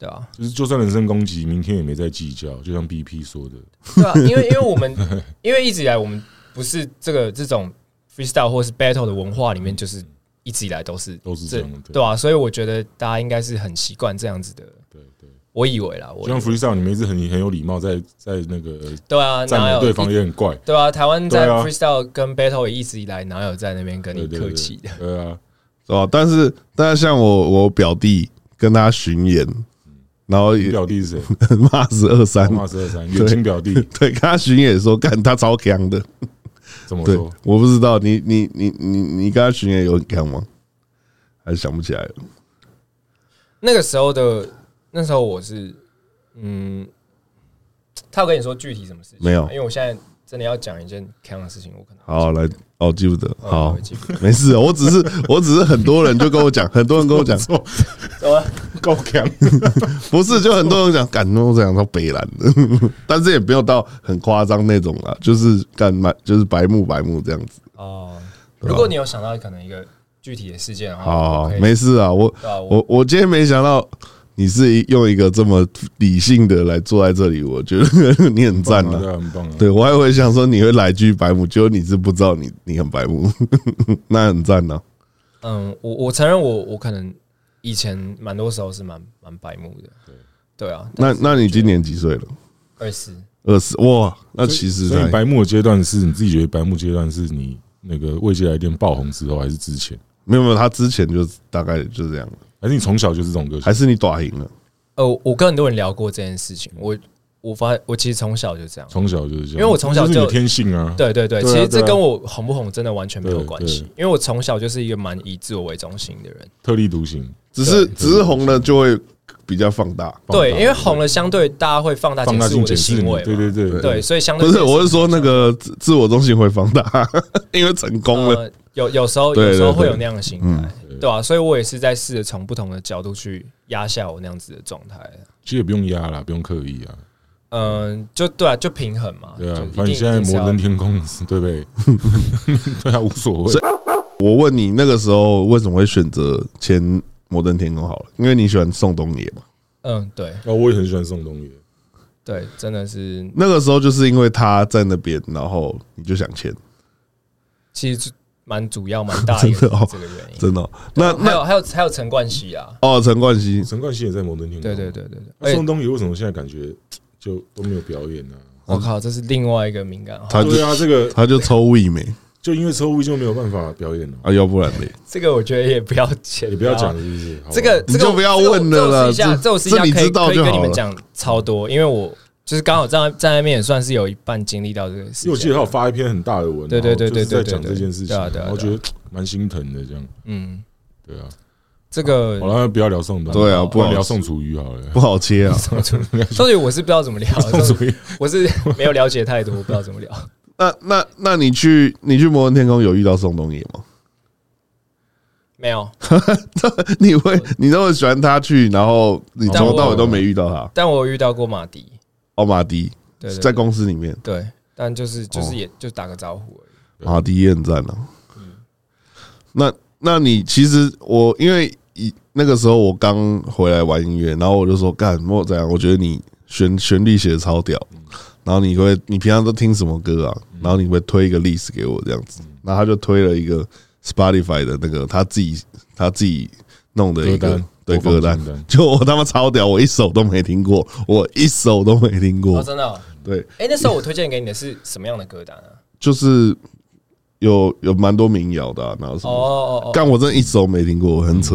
Speaker 4: 对啊，
Speaker 3: 就是就算人身攻击，明天也没再计较，就像 BP 说的，
Speaker 4: 对啊，因为因为我们因为一直以来我们不是这个这种 freestyle 或是 battle 的文化里面，就是一直以来都是
Speaker 3: 都是这样的，
Speaker 4: 对啊，所以我觉得大家应该是很习惯这样子的。
Speaker 3: 对对，
Speaker 4: 我以为啦，我
Speaker 3: 就像 freestyle，你们一直很很有礼貌，在在那个
Speaker 4: 对啊，哪
Speaker 3: 赞
Speaker 4: 有
Speaker 3: 美对方也很怪，
Speaker 4: 对啊，台湾在
Speaker 3: 对啊
Speaker 4: freestyle 跟 battle 也一直以来哪有在那边跟
Speaker 3: 对
Speaker 4: 你
Speaker 3: 对
Speaker 4: 客气的？
Speaker 3: 对对啊，
Speaker 2: 是吧？但是但是像我我表弟跟他巡演，然后
Speaker 3: 你
Speaker 2: 也
Speaker 3: 表
Speaker 2: (laughs)
Speaker 3: 弟是谁？
Speaker 2: 骂死二三
Speaker 3: 宝，马哦十二三，远亲表弟
Speaker 2: 对，跟他巡演的时候，干他超强的，
Speaker 3: 怎么
Speaker 2: 对
Speaker 3: 说？，
Speaker 2: 我不知道你你你你你跟他巡演有很强吗？还是想不起来了？
Speaker 4: 那个时候的那时候我是嗯，他有跟你说具体什么事情吗
Speaker 2: 没有
Speaker 4: 因为我现在真的要讲一件 can 的事情，我可能
Speaker 2: 好，来哦，记不得，
Speaker 4: 我
Speaker 2: 好
Speaker 4: 会，记不
Speaker 2: 没事，啊我只是我只是很多人就跟我讲，很多人跟我讲，
Speaker 3: 错，
Speaker 4: 得了
Speaker 3: 够强，
Speaker 2: 不是，就很多人讲，感动这样到北蓝的， (laughs) 但是也没有到很夸张那种啊，就是干嘛，就是白目白目这样子。
Speaker 4: 哦。如果你有想到可能一个具体的事件的话，
Speaker 2: 啊好
Speaker 4: 我可，以
Speaker 2: 没事啊，我
Speaker 4: 对啊，我
Speaker 2: 我我今天没想到你是一用一个这么理性的来坐在这里，我觉得你很赞啊。
Speaker 3: 对啊，很棒啊，
Speaker 2: 对，我还会想说你会来句白目，结果你是不知道你你很白目， (laughs) 那很赞啊呢、
Speaker 4: 嗯，我我承认我我可能以前蛮多时候是蛮蛮白目的，对对啊，
Speaker 2: 那那你今年几岁了？
Speaker 4: 二十
Speaker 2: 二十哇，那其实
Speaker 3: 所以
Speaker 2: 才
Speaker 3: 白目的阶段是你自己觉得白目阶段是你那个未接来电爆红之后，还是之前，
Speaker 2: 没有没有，他之前就大概就这样了，
Speaker 3: 还是你从小就是这种歌手
Speaker 2: 还？是你打赢了？
Speaker 4: 呃，我跟很多人聊过这件事情，我我发我其实从小就这样，
Speaker 3: 从小就是这样，
Speaker 4: 因为我从小
Speaker 3: 这是
Speaker 4: 就
Speaker 3: 你的天性啊，
Speaker 4: 对对对，
Speaker 3: 对啊
Speaker 4: 其实这
Speaker 3: 对啊
Speaker 4: 跟我红不红真的完全没有
Speaker 3: 对
Speaker 4: 关
Speaker 3: 对
Speaker 4: 系，因为我从小就是一个蛮以自我为中心的人。
Speaker 3: 特立独行，
Speaker 2: 只是
Speaker 3: 对
Speaker 2: 只是红了就会比较放大。
Speaker 3: 放大
Speaker 4: 对，因为红了，相对大家会放大
Speaker 3: 放
Speaker 4: 检
Speaker 3: 大
Speaker 4: 视我
Speaker 3: 镜
Speaker 4: 的
Speaker 3: 检视
Speaker 4: 行
Speaker 3: 你
Speaker 4: 为，嘛，
Speaker 3: 对对对
Speaker 4: 对，所以相对
Speaker 2: 不是，
Speaker 4: 这件
Speaker 2: 我是
Speaker 4: 事情
Speaker 2: 说那个自自我中心会放大， (laughs) 因为成功了。
Speaker 4: 呃，有有时候
Speaker 2: 对
Speaker 4: 有时候
Speaker 2: 对
Speaker 4: 会
Speaker 2: 对
Speaker 4: 有那样的心
Speaker 3: 嗯
Speaker 4: 态，对啊，所以我也是在试着从不同的角度去压下我那样子的状态。
Speaker 3: 其实也不用压啦，不用刻意啊，
Speaker 4: 嗯，就对啊，就平衡嘛。
Speaker 3: 对
Speaker 4: 就
Speaker 3: 啊
Speaker 4: 一，定
Speaker 3: 反正你现在
Speaker 4: 一定是
Speaker 3: 摩
Speaker 4: 要
Speaker 3: 登天空，对不
Speaker 4: (laughs)
Speaker 3: 对？对啊，无所谓，
Speaker 2: 我问你，那个时候为什么会选择签摩登天空好了？因为你喜欢宋冬野嘛。
Speaker 4: 嗯，对
Speaker 3: 啊，我也很喜欢宋冬野，
Speaker 4: 对，真的是，
Speaker 2: 那个时候就是因为他在那边，然后你就想签，
Speaker 4: 其实蛮主要蛮大一
Speaker 2: (laughs)
Speaker 4: 个
Speaker 2: 真的哦
Speaker 4: 这个原因。
Speaker 2: 真的哦、那
Speaker 4: 还
Speaker 2: 那
Speaker 4: 有还有还有陈冠希啊，
Speaker 2: 哦，陈冠希，
Speaker 3: 陈冠希也在摩登天空，啊
Speaker 4: 对对对对对，
Speaker 3: 那
Speaker 4: 哎
Speaker 3: 宋冬野为什么现在感觉就都没有表演呢、
Speaker 4: 我靠，这是另外一个敏感话。
Speaker 2: 他就
Speaker 3: 对啊，这个
Speaker 2: 他就抽味美
Speaker 3: 就因为抽污就没有办法表演了、
Speaker 2: 啊，要不然嘞，
Speaker 4: 这个我觉得也不要讲，
Speaker 3: 也不要讲了，是不是？好吧
Speaker 4: 啊这个，
Speaker 2: 你
Speaker 4: 这个
Speaker 2: 就
Speaker 4: 我
Speaker 2: 不要问了啦
Speaker 4: 这个我
Speaker 2: 这
Speaker 4: 这我私下
Speaker 2: 这
Speaker 4: 可
Speaker 2: 你
Speaker 4: 以可以
Speaker 2: 知道就
Speaker 4: 跟你
Speaker 2: 好
Speaker 4: 们
Speaker 2: 了
Speaker 4: 讲超多，因为我就是刚好站在站在那边也算是有一半经历到这个
Speaker 3: 因
Speaker 4: 事
Speaker 3: 为
Speaker 4: 情。
Speaker 3: 我记得他有发一篇很大的文，
Speaker 4: 对对对
Speaker 3: 然后就是
Speaker 4: 对对
Speaker 3: 在讲这件事情，
Speaker 4: 对啊对啊
Speaker 3: 然后觉得蛮心疼的这样，
Speaker 4: 嗯，
Speaker 3: 对啊。
Speaker 4: 这个
Speaker 3: 好了，不要聊宋冬，
Speaker 2: 对啊不
Speaker 3: 不
Speaker 2: 好
Speaker 3: 然聊宋楚瑜好
Speaker 4: (laughs)
Speaker 3: 了
Speaker 2: 不。好切啊。
Speaker 4: 到底我是不知道怎么聊，
Speaker 3: 宋楚瑜，
Speaker 4: (laughs) 我是没有了解太多，我不知道怎么聊。
Speaker 2: 那那那你去你去摩登天空有遇到宋冬野吗？ (laughs)
Speaker 4: 没有，
Speaker 2: 你会你那么喜欢他去，然后你从头到尾都没遇到他。
Speaker 4: 但我有遇到过马迪，
Speaker 2: 奥马迪
Speaker 4: 对对
Speaker 2: 在公司里面，
Speaker 4: 对，但就是就是
Speaker 2: 哦
Speaker 4: 也就打个招呼而已。
Speaker 3: 对
Speaker 2: 马迪也很赞啊。那那你其实我因为以那个时候我刚回来玩音乐，然后我就说干莫怎样，我觉得你旋旋律写的超屌，
Speaker 3: 嗯
Speaker 2: 然后你会你平常都听什么歌啊？然后你会推一个 list 给我这样
Speaker 3: 嗯
Speaker 2: 子，然后他就推了一个 Spotify 的那个他自己他自己弄的一
Speaker 3: 歌
Speaker 2: 个
Speaker 3: 单
Speaker 2: 对
Speaker 3: 播
Speaker 2: 歌
Speaker 3: 放
Speaker 2: 单
Speaker 3: 清单，
Speaker 2: 就我他妈超屌，我一首都没听过，我一首都没听
Speaker 4: 哦，
Speaker 2: 过，
Speaker 4: 真的哦，
Speaker 2: 对，
Speaker 4: 哎，那时候我推荐给你的是什么样的歌单啊？
Speaker 2: 就是有有蛮多民谣的啊、然后什
Speaker 4: 哦
Speaker 2: 么
Speaker 4: 哦嗯哦，
Speaker 2: 干，我真的一首没听过，很扯。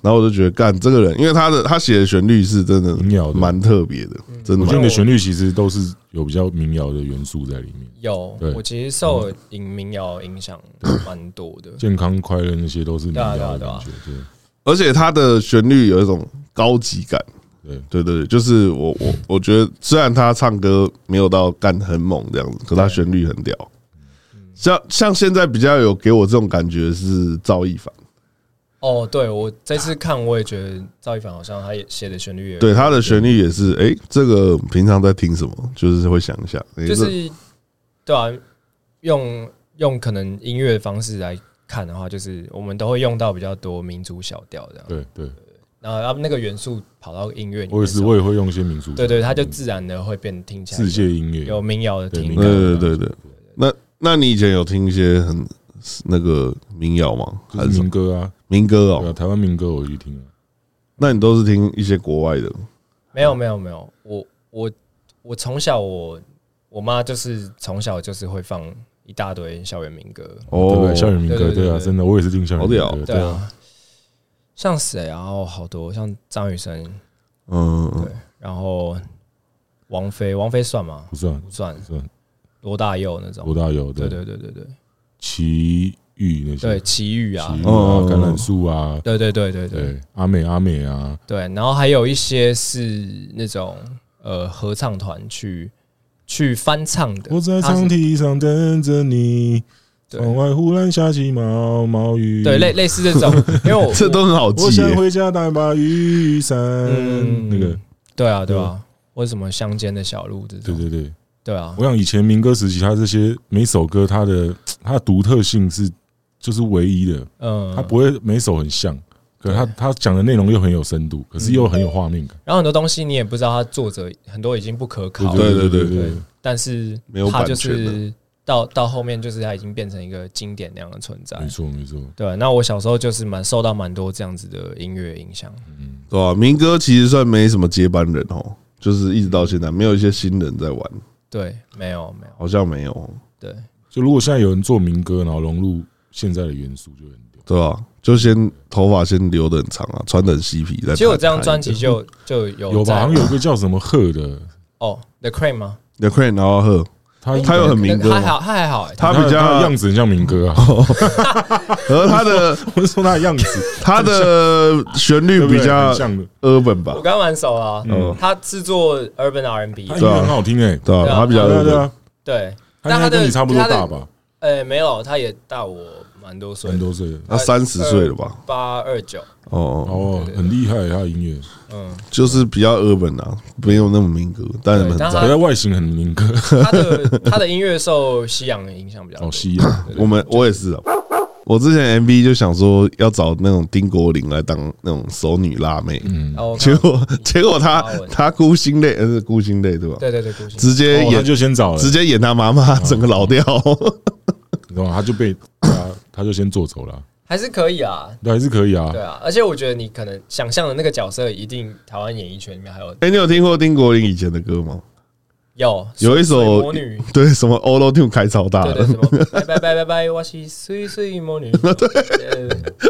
Speaker 2: 然后我就觉得干这个人，因为他的他写的旋律是真的
Speaker 3: 民谣的
Speaker 2: 蛮特别的，
Speaker 4: 嗯
Speaker 2: 真的
Speaker 3: (laughs) 我觉得
Speaker 2: 蛮
Speaker 3: 你的旋律其实都是有比较民谣的元素在里面，
Speaker 4: 有
Speaker 3: 对，
Speaker 4: 我其实受影民谣影响蛮多的。
Speaker 3: 健康快乐那些都是民谣的
Speaker 4: 对啊
Speaker 3: 感觉，对
Speaker 2: 而且他的旋律有一种高级感。
Speaker 3: 对
Speaker 2: 对对对，就是我我我觉得，虽然他唱歌没有到干很猛这样子，可他旋律很屌。
Speaker 4: 嗯
Speaker 2: 像像现在比较有给我这种感觉是赵一凡，
Speaker 4: 哦，对我这次看我也觉得赵一凡好像他也写的旋律也
Speaker 2: 对他的旋律也是，哎、这个平常在听什么，就是会想一下，诶
Speaker 4: 就
Speaker 2: 这
Speaker 4: 是对啊，用用可能音乐的方式来看的话，就是我们都会用到比较多民族小调这样，
Speaker 3: 对对，
Speaker 4: 然后他们那个元素跑到音乐里面的时候，
Speaker 3: 我也是，我也会用一些民族，
Speaker 4: 对对，它就自然的会变听起来
Speaker 3: 世界音乐
Speaker 4: 有民谣的
Speaker 3: 对
Speaker 4: 听
Speaker 3: 民
Speaker 4: 感
Speaker 3: 谣，
Speaker 2: 对对对对。那那你以前有听一些很那个民谣吗？还
Speaker 3: 就是是
Speaker 2: 什么
Speaker 3: 民歌啊，
Speaker 2: 民歌
Speaker 3: 对啊，
Speaker 2: 哦？
Speaker 3: 台湾民歌我去听啊，
Speaker 2: 那你都是听一些国外的
Speaker 4: 没有没有没有，我我我从小我我妈就是从小就是会放一大堆校园民歌，
Speaker 3: 对不
Speaker 2: 哦
Speaker 3: 对？？校园民歌，
Speaker 4: 对对对
Speaker 3: 对啊，
Speaker 4: 对
Speaker 3: 真的，我也是听校园民
Speaker 2: 好
Speaker 3: 歌，
Speaker 2: 屌
Speaker 4: 对
Speaker 3: 对啊，
Speaker 4: 啊，像谁啊？哦，好多像张雨生，
Speaker 2: 嗯，嗯
Speaker 4: 然后王菲，王菲算吗
Speaker 3: 不？算
Speaker 4: 不算，
Speaker 3: 不算，
Speaker 4: 罗大佑那
Speaker 3: 罗
Speaker 4: 种。
Speaker 3: 大佑
Speaker 4: 对
Speaker 3: 对
Speaker 4: 对对对对
Speaker 3: 奇遇那些，
Speaker 4: 对，奇遇啊
Speaker 3: 奇，遇啊，
Speaker 2: 哦
Speaker 3: 橄榄树啊，
Speaker 4: 对对对对对
Speaker 3: 对，阿美阿美啊，
Speaker 4: 对，然后还有一些是那种呃合唱团去去翻唱的，
Speaker 3: 我在
Speaker 4: 它是
Speaker 3: 长堤上等着你，窗
Speaker 4: 对
Speaker 3: 外忽然下起毛毛雨，
Speaker 4: 对类类似这种，
Speaker 2: (laughs)
Speaker 4: 因为我
Speaker 2: 这都很好
Speaker 3: 我
Speaker 2: 记
Speaker 3: 想
Speaker 2: 耶。
Speaker 3: 回家带把雨伞，
Speaker 4: 嗯
Speaker 3: 那个，
Speaker 4: 对啊对啊，或者什么乡间的小路这
Speaker 3: 对
Speaker 4: 种，
Speaker 3: 对对，
Speaker 4: 对啊
Speaker 3: 我，想以前民歌时期，它这些每首歌它的它的独特性是就是唯一的，
Speaker 4: 嗯，
Speaker 3: 它不会每首很像，可是它
Speaker 4: 对
Speaker 3: 它讲的内容又很有深度，可是又很有画面感。
Speaker 4: 然后很多东西你也不知道它作者很多已经不可考，
Speaker 2: 对对对
Speaker 3: 对，
Speaker 4: 但是
Speaker 2: 没有
Speaker 4: 它
Speaker 2: 版
Speaker 4: 就
Speaker 2: 权的
Speaker 4: 是到到后面就是它已经变成一个经典那样的存在
Speaker 3: 没，错没错，
Speaker 4: 对，啊那我小时候就是蛮受到蛮多这样子的音乐影响，
Speaker 3: 嗯，
Speaker 2: 对吧？民歌其实算没什么接班人哦，就是一直到现在没有一些新人在玩，
Speaker 4: 对，没有没有，
Speaker 2: 好像没有，
Speaker 4: 对，
Speaker 3: 就如果现在有人做民歌，然后融入现在的元素，就很屌。
Speaker 2: 对吧？就先头发先留的很长啊，穿的很嬉皮。再
Speaker 4: 其实我
Speaker 2: 弹
Speaker 4: 这张
Speaker 2: 弹
Speaker 4: 专辑
Speaker 2: 一个
Speaker 4: 就就有
Speaker 3: 有吧？
Speaker 4: 在
Speaker 3: 好像有一个叫什么鹤的，
Speaker 4: 哦，The Cream 吗？
Speaker 2: The Crane 然后喝，
Speaker 3: 他
Speaker 2: 他有很民歌
Speaker 4: 那还
Speaker 2: 吗？
Speaker 4: 好，他还好、欸，
Speaker 2: 他
Speaker 3: 他
Speaker 2: 比较
Speaker 3: 的样子很像民歌啊，
Speaker 2: 而他
Speaker 3: (laughs)
Speaker 2: 的
Speaker 3: 我是说他的样子，
Speaker 2: 他的旋律
Speaker 3: 对不对
Speaker 2: 比较
Speaker 3: 很像的，
Speaker 2: urban 吧
Speaker 4: 我，刚蛮熟啊。
Speaker 2: 嗯
Speaker 4: 他制作 Urban
Speaker 3: 他
Speaker 4: R&B，
Speaker 3: 音乐很好听哎，
Speaker 2: 对吧？
Speaker 4: 对啊
Speaker 2: 他比较
Speaker 3: 对啊对
Speaker 2: urban，
Speaker 3: 啊，
Speaker 4: 对，
Speaker 3: 他应该跟你差不多大
Speaker 4: 但他
Speaker 3: 吧，
Speaker 4: 哎，没有，他也大我蛮多岁
Speaker 3: 很，多岁了，
Speaker 2: 他三十岁了吧？
Speaker 4: 八二九，
Speaker 2: 哦，
Speaker 3: 哦，很厉害他的音乐，
Speaker 4: 嗯，
Speaker 2: 就是比较 urban 啊，没有那么民歌，但是很
Speaker 4: 对但他
Speaker 3: 可是他外形很民歌，
Speaker 4: 他的他的音乐受西洋的影响比较
Speaker 3: 好
Speaker 4: 多，
Speaker 2: 哦
Speaker 3: 吸引。
Speaker 2: 我们我也是啊，我之前 MV 就想说要找那种丁国林来当那种熟女辣妹，
Speaker 3: 嗯，
Speaker 4: 哦，我看
Speaker 2: (laughs) 结果结果她
Speaker 4: 阿文嗯
Speaker 2: 她孤星泪，呃是孤星泪对吧？
Speaker 4: 对对对，顾星
Speaker 2: 直接
Speaker 3: 哦他
Speaker 2: 演
Speaker 3: 就先找了
Speaker 2: 直，接演她妈妈，整个老掉。
Speaker 3: 你知道吗？他就被他他就先做走了，
Speaker 4: 还是可以啊，
Speaker 3: 对，还是可以啊
Speaker 4: 对。啊，而且我觉得你可能想象的那个角色，一定台湾演艺圈里面还有
Speaker 2: 哎，你有听过丁国林以前的歌吗？
Speaker 4: 有
Speaker 2: 有一啊首
Speaker 4: 水魔女，
Speaker 2: 对，什么 All o Tune 开超大
Speaker 4: 对
Speaker 2: 的
Speaker 4: 对，什么拜拜拜拜拜，我是水水魔
Speaker 2: (laughs)
Speaker 4: 女，对，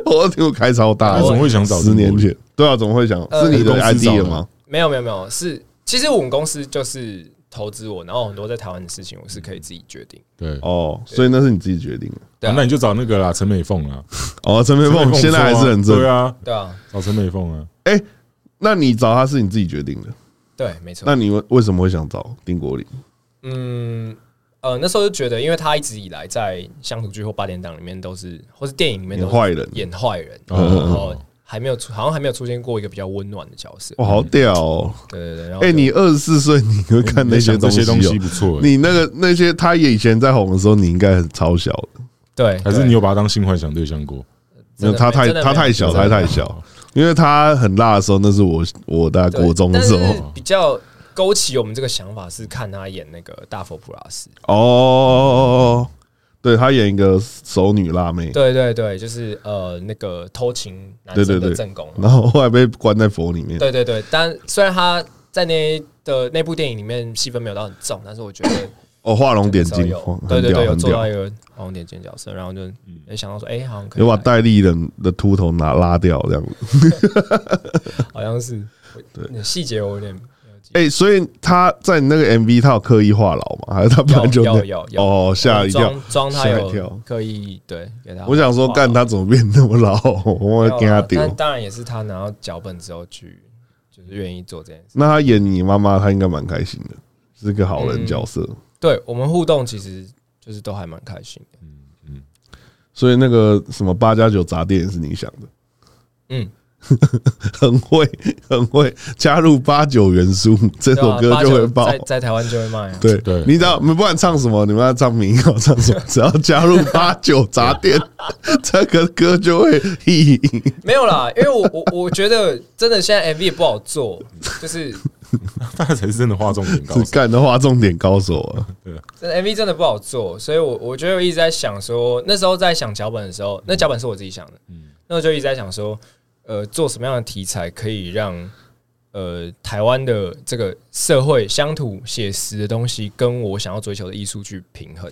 Speaker 2: ，All o Tune 开超大
Speaker 3: 他
Speaker 2: 的
Speaker 3: 怎。么会想找
Speaker 2: 十年前，对啊，怎么会想
Speaker 4: 呃
Speaker 2: 是你的
Speaker 3: 哦公司
Speaker 2: ID
Speaker 3: 找的
Speaker 2: 了吗？
Speaker 4: 没有没有没有，是其实我们公司就是投资我，然后很多在台湾的事情我是可以自己决定，
Speaker 3: 对，啊
Speaker 2: 哦，所以那是你自己决定的。
Speaker 4: 对啊
Speaker 3: 那你就找那个啦，陈美凤啊，
Speaker 2: 哦，陈培凤
Speaker 3: 说啊
Speaker 2: 现在还是很正
Speaker 3: 对。啊，
Speaker 4: 对啊，
Speaker 3: 找陈美凤啊，
Speaker 2: 那你找他是你自己决定的，
Speaker 4: 对，没错
Speaker 2: 那。你为为什么会想找丁国林？
Speaker 4: 嗯，呃，那时候就觉得，因为他一直以来在乡土剧或八点档里面都是，或是电影里面都
Speaker 2: 演
Speaker 4: 是
Speaker 2: 坏人，
Speaker 4: 演坏人，
Speaker 3: 嗯
Speaker 4: 然
Speaker 3: 嗯嗯
Speaker 2: 哦
Speaker 4: 后还没有出，好像还没有出现过一个比较温暖的角色。
Speaker 2: 哇，好屌哦！
Speaker 4: 对对对，然后
Speaker 2: 哎，
Speaker 4: 就
Speaker 2: 你二十四岁，你会看那些
Speaker 3: 想这
Speaker 2: 东西
Speaker 3: 些东西
Speaker 2: 哦？
Speaker 3: 不错欸，
Speaker 2: 你那个那些他以前在红的时候，你应该很超小的，
Speaker 4: 对，
Speaker 3: 还是
Speaker 4: 对
Speaker 3: 你有把他当性幻想对象过？
Speaker 2: 没有他太他太小，他哦太小，因为他很辣的时候，那是我我大概国中的时候。
Speaker 4: 比较勾起我们这个想法是看他演那个大佛普拉斯。
Speaker 2: 哦，对他演一个熟女辣妹，
Speaker 4: 对对对，就是呃那个偷情男
Speaker 2: 对对
Speaker 4: 生的
Speaker 2: 对
Speaker 4: 正宫。
Speaker 2: 然后后来被关在佛里面。
Speaker 4: 对对对，但虽然他在那的那部电影里面戏份没有到很重，但是我觉得。
Speaker 2: 哦，画龙点
Speaker 4: 那时候
Speaker 2: 睛
Speaker 4: 有，
Speaker 2: 哇
Speaker 4: 对
Speaker 2: 很
Speaker 4: 对对，
Speaker 2: 屌哎
Speaker 4: 有
Speaker 2: 很
Speaker 4: 做到
Speaker 2: 屌
Speaker 4: 一。个好像点睛角色，然后就也想到说，哎、好像可以
Speaker 2: 有把
Speaker 4: 来，
Speaker 2: 戴立人的秃头拿拉掉这样子，
Speaker 4: 好像是，对，细节我有点没有记
Speaker 2: 哎、所以他在你那个 MV 他有刻意画牢吗？还是他本来就
Speaker 4: 有
Speaker 2: 那
Speaker 4: 有有
Speaker 2: 哦吓一跳
Speaker 4: 装，装他
Speaker 2: 吓一跳
Speaker 4: 有刻意对给他，
Speaker 2: 我想说干他怎么变那么老，我
Speaker 4: 没
Speaker 2: 给
Speaker 4: 有啊
Speaker 2: 他
Speaker 4: 啦
Speaker 2: 丢。
Speaker 4: 但当然也是他拿到脚本之后去，就是愿意做这件事。
Speaker 2: 那他演你妈妈，他应该蛮开心的，是个好人角色。
Speaker 4: 对我们互动其实就是都还蛮开心的，
Speaker 2: 所以那个什么八加九杂店也是你想的，
Speaker 4: 嗯，
Speaker 2: (laughs) 很会很会加入八九元素，这
Speaker 4: 对
Speaker 2: 首
Speaker 4: 啊
Speaker 2: 歌
Speaker 4: 八
Speaker 2: 就
Speaker 4: 九
Speaker 2: 会爆
Speaker 4: 在。在台湾就会卖、
Speaker 2: (laughs)
Speaker 4: 啊，
Speaker 2: 对，
Speaker 3: 对
Speaker 2: 你只要你不管唱什么，你们要唱民谣，唱 (laughs) 什么，只要加入八九杂
Speaker 4: (laughs)
Speaker 2: 店，这个歌就会 (laughs) 嘿
Speaker 4: 没有啦，因为我我我觉得真的现在 MV 也不好做，就是
Speaker 3: 他才是真的画重点高
Speaker 2: 是
Speaker 3: 手。
Speaker 2: 干的话重点高手啊！
Speaker 4: 嗯真的 MV 真的不好做，所以我我觉得我一直在想说，那时候在想脚本的时候，那脚本是我自己想的，
Speaker 2: 嗯
Speaker 4: 那我就一直在想说，呃，做什么样的题材可以让呃台湾的这个社会乡土写实的东西跟我想要追求的艺术去平衡。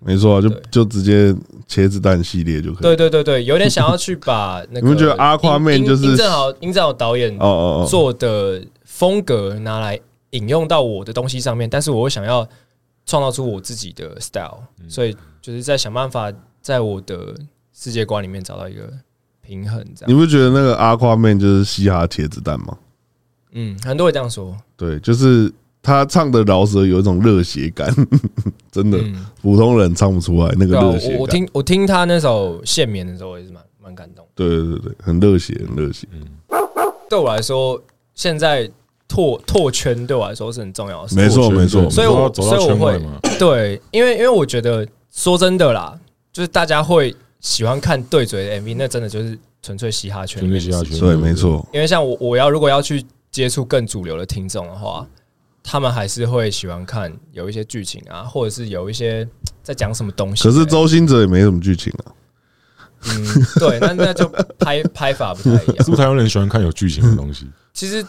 Speaker 2: 没错啊，就
Speaker 4: 对
Speaker 2: 就直接茄子蛋系列就可以。
Speaker 4: 对对对对，有点想要去把那个
Speaker 2: 你们觉得 Aquaman
Speaker 4: 殷殷
Speaker 2: 就是
Speaker 4: 殷正豪殷正豪导演
Speaker 2: 哦哦哦，
Speaker 4: 做的风格拿来引用到我的东西上面，但是我又想要创造出我自己的 style，、所
Speaker 2: 嗯
Speaker 4: 以就是在想办法在我的世界观里面找到一个平衡，这
Speaker 2: 你
Speaker 4: 样。
Speaker 2: 不觉得那个阿夸妹就是嘻哈茄子蛋吗？
Speaker 4: 嗯，很多人这样说，
Speaker 2: 对，就是他唱的饶舌有一种热血感， (laughs) 真的，
Speaker 4: 嗯，
Speaker 2: 普通人唱不出来那
Speaker 4: 对
Speaker 2: 个
Speaker 4: 啊，
Speaker 2: 热血
Speaker 4: 我我
Speaker 2: 感。
Speaker 4: 听我听他那首《限眠》的时候，我也是蛮蛮感动。
Speaker 2: 对对对对，很热血，很热血。
Speaker 4: 对我来说，现在拓拓圈对我来说是很重要的事。
Speaker 2: 没错没错
Speaker 4: 所以我
Speaker 3: 你说要走到圈外嘛，
Speaker 4: 对，因为因为我觉得说真的啦，就是大家会喜欢看对嘴的 MV，那真的就是纯粹嘻哈圈
Speaker 3: 圈
Speaker 4: 里
Speaker 3: 内
Speaker 4: 面的
Speaker 3: 嘻哈
Speaker 4: 事
Speaker 3: 圈，
Speaker 2: 对，没。错，
Speaker 4: 因为像我我要如果要去接触更主流的听众的话，他们还是会喜欢看有一些剧情啊，或者是有一些在讲什么东西。
Speaker 2: 可是周星哲也没什么剧情啊。
Speaker 4: 嗯，对，那那就拍 (laughs) 拍法不太一
Speaker 3: 是不是
Speaker 4: 样。
Speaker 3: 台湾人喜欢看有剧情的东西？
Speaker 4: 其实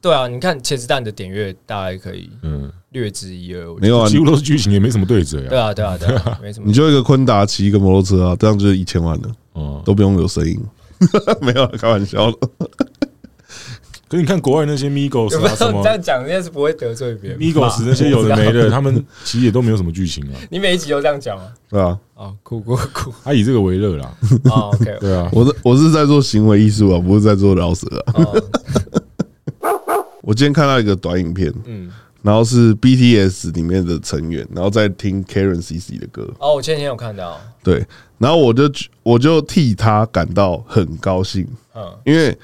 Speaker 4: 对啊，你看茄子蛋的点阅大概可以
Speaker 3: 嗯，
Speaker 4: 略知一二，我觉
Speaker 2: 没
Speaker 4: 得。
Speaker 2: 有啊，
Speaker 3: 几
Speaker 2: 你
Speaker 3: 乎都是剧情，也没什么对嘴
Speaker 4: 对
Speaker 3: 啊。
Speaker 4: 啊，对啊，对
Speaker 3: (laughs)
Speaker 4: 啊，没什么
Speaker 2: 你。就一个昆达骑一个摩托车啊，这样就一千万了，
Speaker 3: 哦，
Speaker 2: (laughs) 都不用有声音。没有啊，开玩笑的。
Speaker 3: 可是你看国外那些 Migos
Speaker 4: 有没
Speaker 3: 啊
Speaker 4: 有
Speaker 3: 什
Speaker 4: 这
Speaker 3: 么
Speaker 4: 样讲？应该是不会得罪别人。
Speaker 3: Migos 那些有
Speaker 4: (laughs)
Speaker 3: 的没的，他们其实也都没有什么剧情啊，
Speaker 4: 你每一集都这样讲吗？
Speaker 2: 对吧？
Speaker 4: 哦，酷酷酷！
Speaker 3: 他以这个为乐啦，
Speaker 4: 哦，OK，
Speaker 3: 对啊，
Speaker 2: 我是我是在做行为艺术啊，不是在做饶舌啊。
Speaker 4: 哦，
Speaker 2: (laughs) 我今天看到一个短影片，
Speaker 4: 嗯，
Speaker 2: 然后是 BTS 里面的成员，然后在听 Karen CC 的歌，
Speaker 4: 哦，我前几天有看到，
Speaker 2: 对，然后我就我就替他感到很高兴，
Speaker 4: 嗯，
Speaker 2: 因为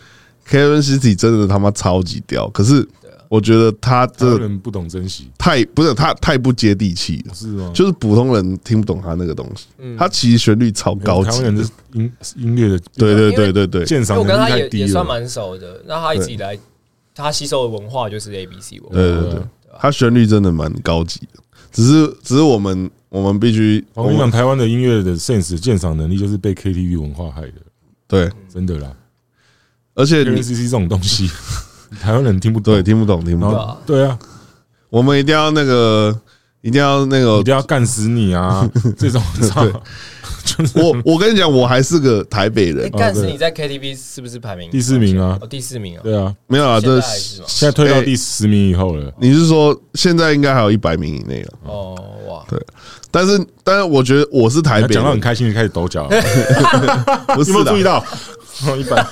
Speaker 2: Karen CC 真的他妈超级屌，可是 (laughs)
Speaker 4: 啊
Speaker 2: 我觉得他
Speaker 3: 这
Speaker 2: 真的
Speaker 3: 人不懂珍惜，
Speaker 2: 太不是他太不接地气了，
Speaker 3: 是吗？
Speaker 2: 就是普通人听不懂他那个东西，
Speaker 4: 嗯
Speaker 2: 他其实旋律超
Speaker 3: 没有
Speaker 2: 高
Speaker 3: 台
Speaker 2: 级
Speaker 3: 湾人
Speaker 2: 的
Speaker 3: 是，音音乐的
Speaker 2: 对对对
Speaker 4: 因
Speaker 2: 对对。
Speaker 3: 鉴
Speaker 4: 因为
Speaker 3: 赏
Speaker 4: 我
Speaker 3: 能
Speaker 4: 跟他
Speaker 3: 力
Speaker 4: 也
Speaker 3: 太
Speaker 4: 也
Speaker 3: 低
Speaker 4: 算
Speaker 3: 了，
Speaker 4: 蛮熟的，那他一直以来他吸收的文化就是 A B C 文化，
Speaker 2: 对对对，它旋律真的蛮高级的，只是只是我们我们必须，
Speaker 3: 我跟你讲，台湾的音乐的 sense 鉴赏能力就是被 KTV 文化害的，
Speaker 2: 对，
Speaker 3: 真的啦。
Speaker 2: 而且你
Speaker 3: KCC 这种东西， (laughs) 台湾人听不懂
Speaker 2: 对，听不懂听不
Speaker 3: 然
Speaker 2: 懂，
Speaker 3: 后对啊，
Speaker 2: 我们一定要那个一定要那
Speaker 3: 一
Speaker 2: 个，
Speaker 3: 定要干死
Speaker 2: (laughs)
Speaker 3: 你啊！这种操， (laughs) 就是
Speaker 2: 我我跟你讲，我还是个台北
Speaker 4: 哎，
Speaker 2: 人，
Speaker 4: 干死
Speaker 3: 对
Speaker 4: 你在 K T V 是不是排名
Speaker 3: 第四名啊
Speaker 4: 哦，第四名啊，
Speaker 3: 对啊，
Speaker 2: 没有啦，
Speaker 4: 现在
Speaker 2: 这
Speaker 4: 还是吗
Speaker 3: 现在推到
Speaker 2: 哎
Speaker 3: 第十名以后了，
Speaker 2: 你是说现在应该还有一百名以内了？
Speaker 4: 哦，哇，
Speaker 2: 但是但是我觉得我是台北
Speaker 3: 讲到很
Speaker 2: 人，
Speaker 3: 开心就开始抖脚了，
Speaker 2: 不是
Speaker 3: 有没有注意
Speaker 2: 的，
Speaker 3: 到？ (laughs) 一般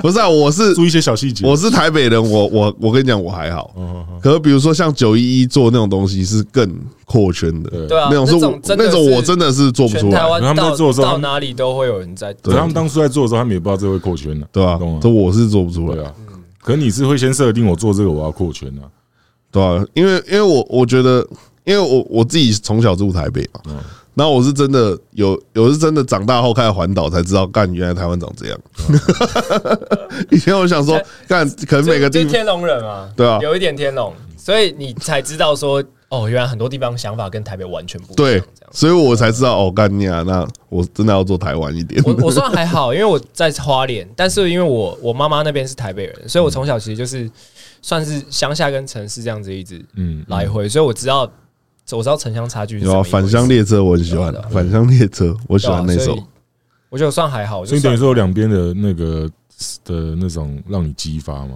Speaker 2: 不是啊，我是
Speaker 3: 注意一哦些小细节。
Speaker 2: 我是台北人，我我我跟你讲，我还好。可是比如说像九一一做那种东西是更扩圈的，
Speaker 4: 对啊，
Speaker 2: 那种是我
Speaker 4: 种真的
Speaker 2: 那种我真的是做不
Speaker 4: 全
Speaker 2: 出来
Speaker 4: 台。湾
Speaker 3: 他们在
Speaker 4: 到
Speaker 3: 做的时候他
Speaker 4: 到
Speaker 3: 们
Speaker 4: 哪里都会有人在，
Speaker 3: 可他们当初在做的时候，他们也不知道这会扩圈的，
Speaker 2: 对吧、
Speaker 3: 懂吗
Speaker 2: 这？我是做不出
Speaker 3: 对
Speaker 2: 来，
Speaker 3: 啊，可你是会先设定我做这个我要扩圈啊，
Speaker 2: 对吧、因为因为我我觉得，因为我我自己从小住台北嘛，
Speaker 3: 嗯
Speaker 2: 然后我是真的有有是真的长大后开始环岛才知道，干原来台湾长这样。
Speaker 3: 嗯
Speaker 2: (laughs) 以前我想说，干可能
Speaker 4: 就
Speaker 2: 每个地
Speaker 4: 就
Speaker 2: 方
Speaker 4: 天龙人嘛，
Speaker 2: 对啊
Speaker 4: 有一点天龙，所以你才知道说，哦，原来很多地方想法跟台北完全不一
Speaker 2: 对
Speaker 4: 样，这样。
Speaker 2: 所以我才知道哦，干你啊，那我真的要做台湾一点。
Speaker 4: 我我算还好，因为我在花莲，但是因为我我妈妈那边是台北人，所以我从小其实就是算是乡下跟城市这样子一直
Speaker 3: 嗯，
Speaker 4: 来回，所以我知道我知道城乡差距是
Speaker 2: (laughs) 有啊，
Speaker 4: 什么一回事
Speaker 2: 返乡列车我很喜欢
Speaker 4: 对啊，
Speaker 2: 返乡列车我喜
Speaker 4: 对啊
Speaker 2: 欢那
Speaker 4: 所
Speaker 2: 首
Speaker 4: 以。我觉得我算还好，
Speaker 3: 所
Speaker 4: 就
Speaker 3: 以等于
Speaker 4: 算
Speaker 3: 说有两边的那个的那种让你激发嘛，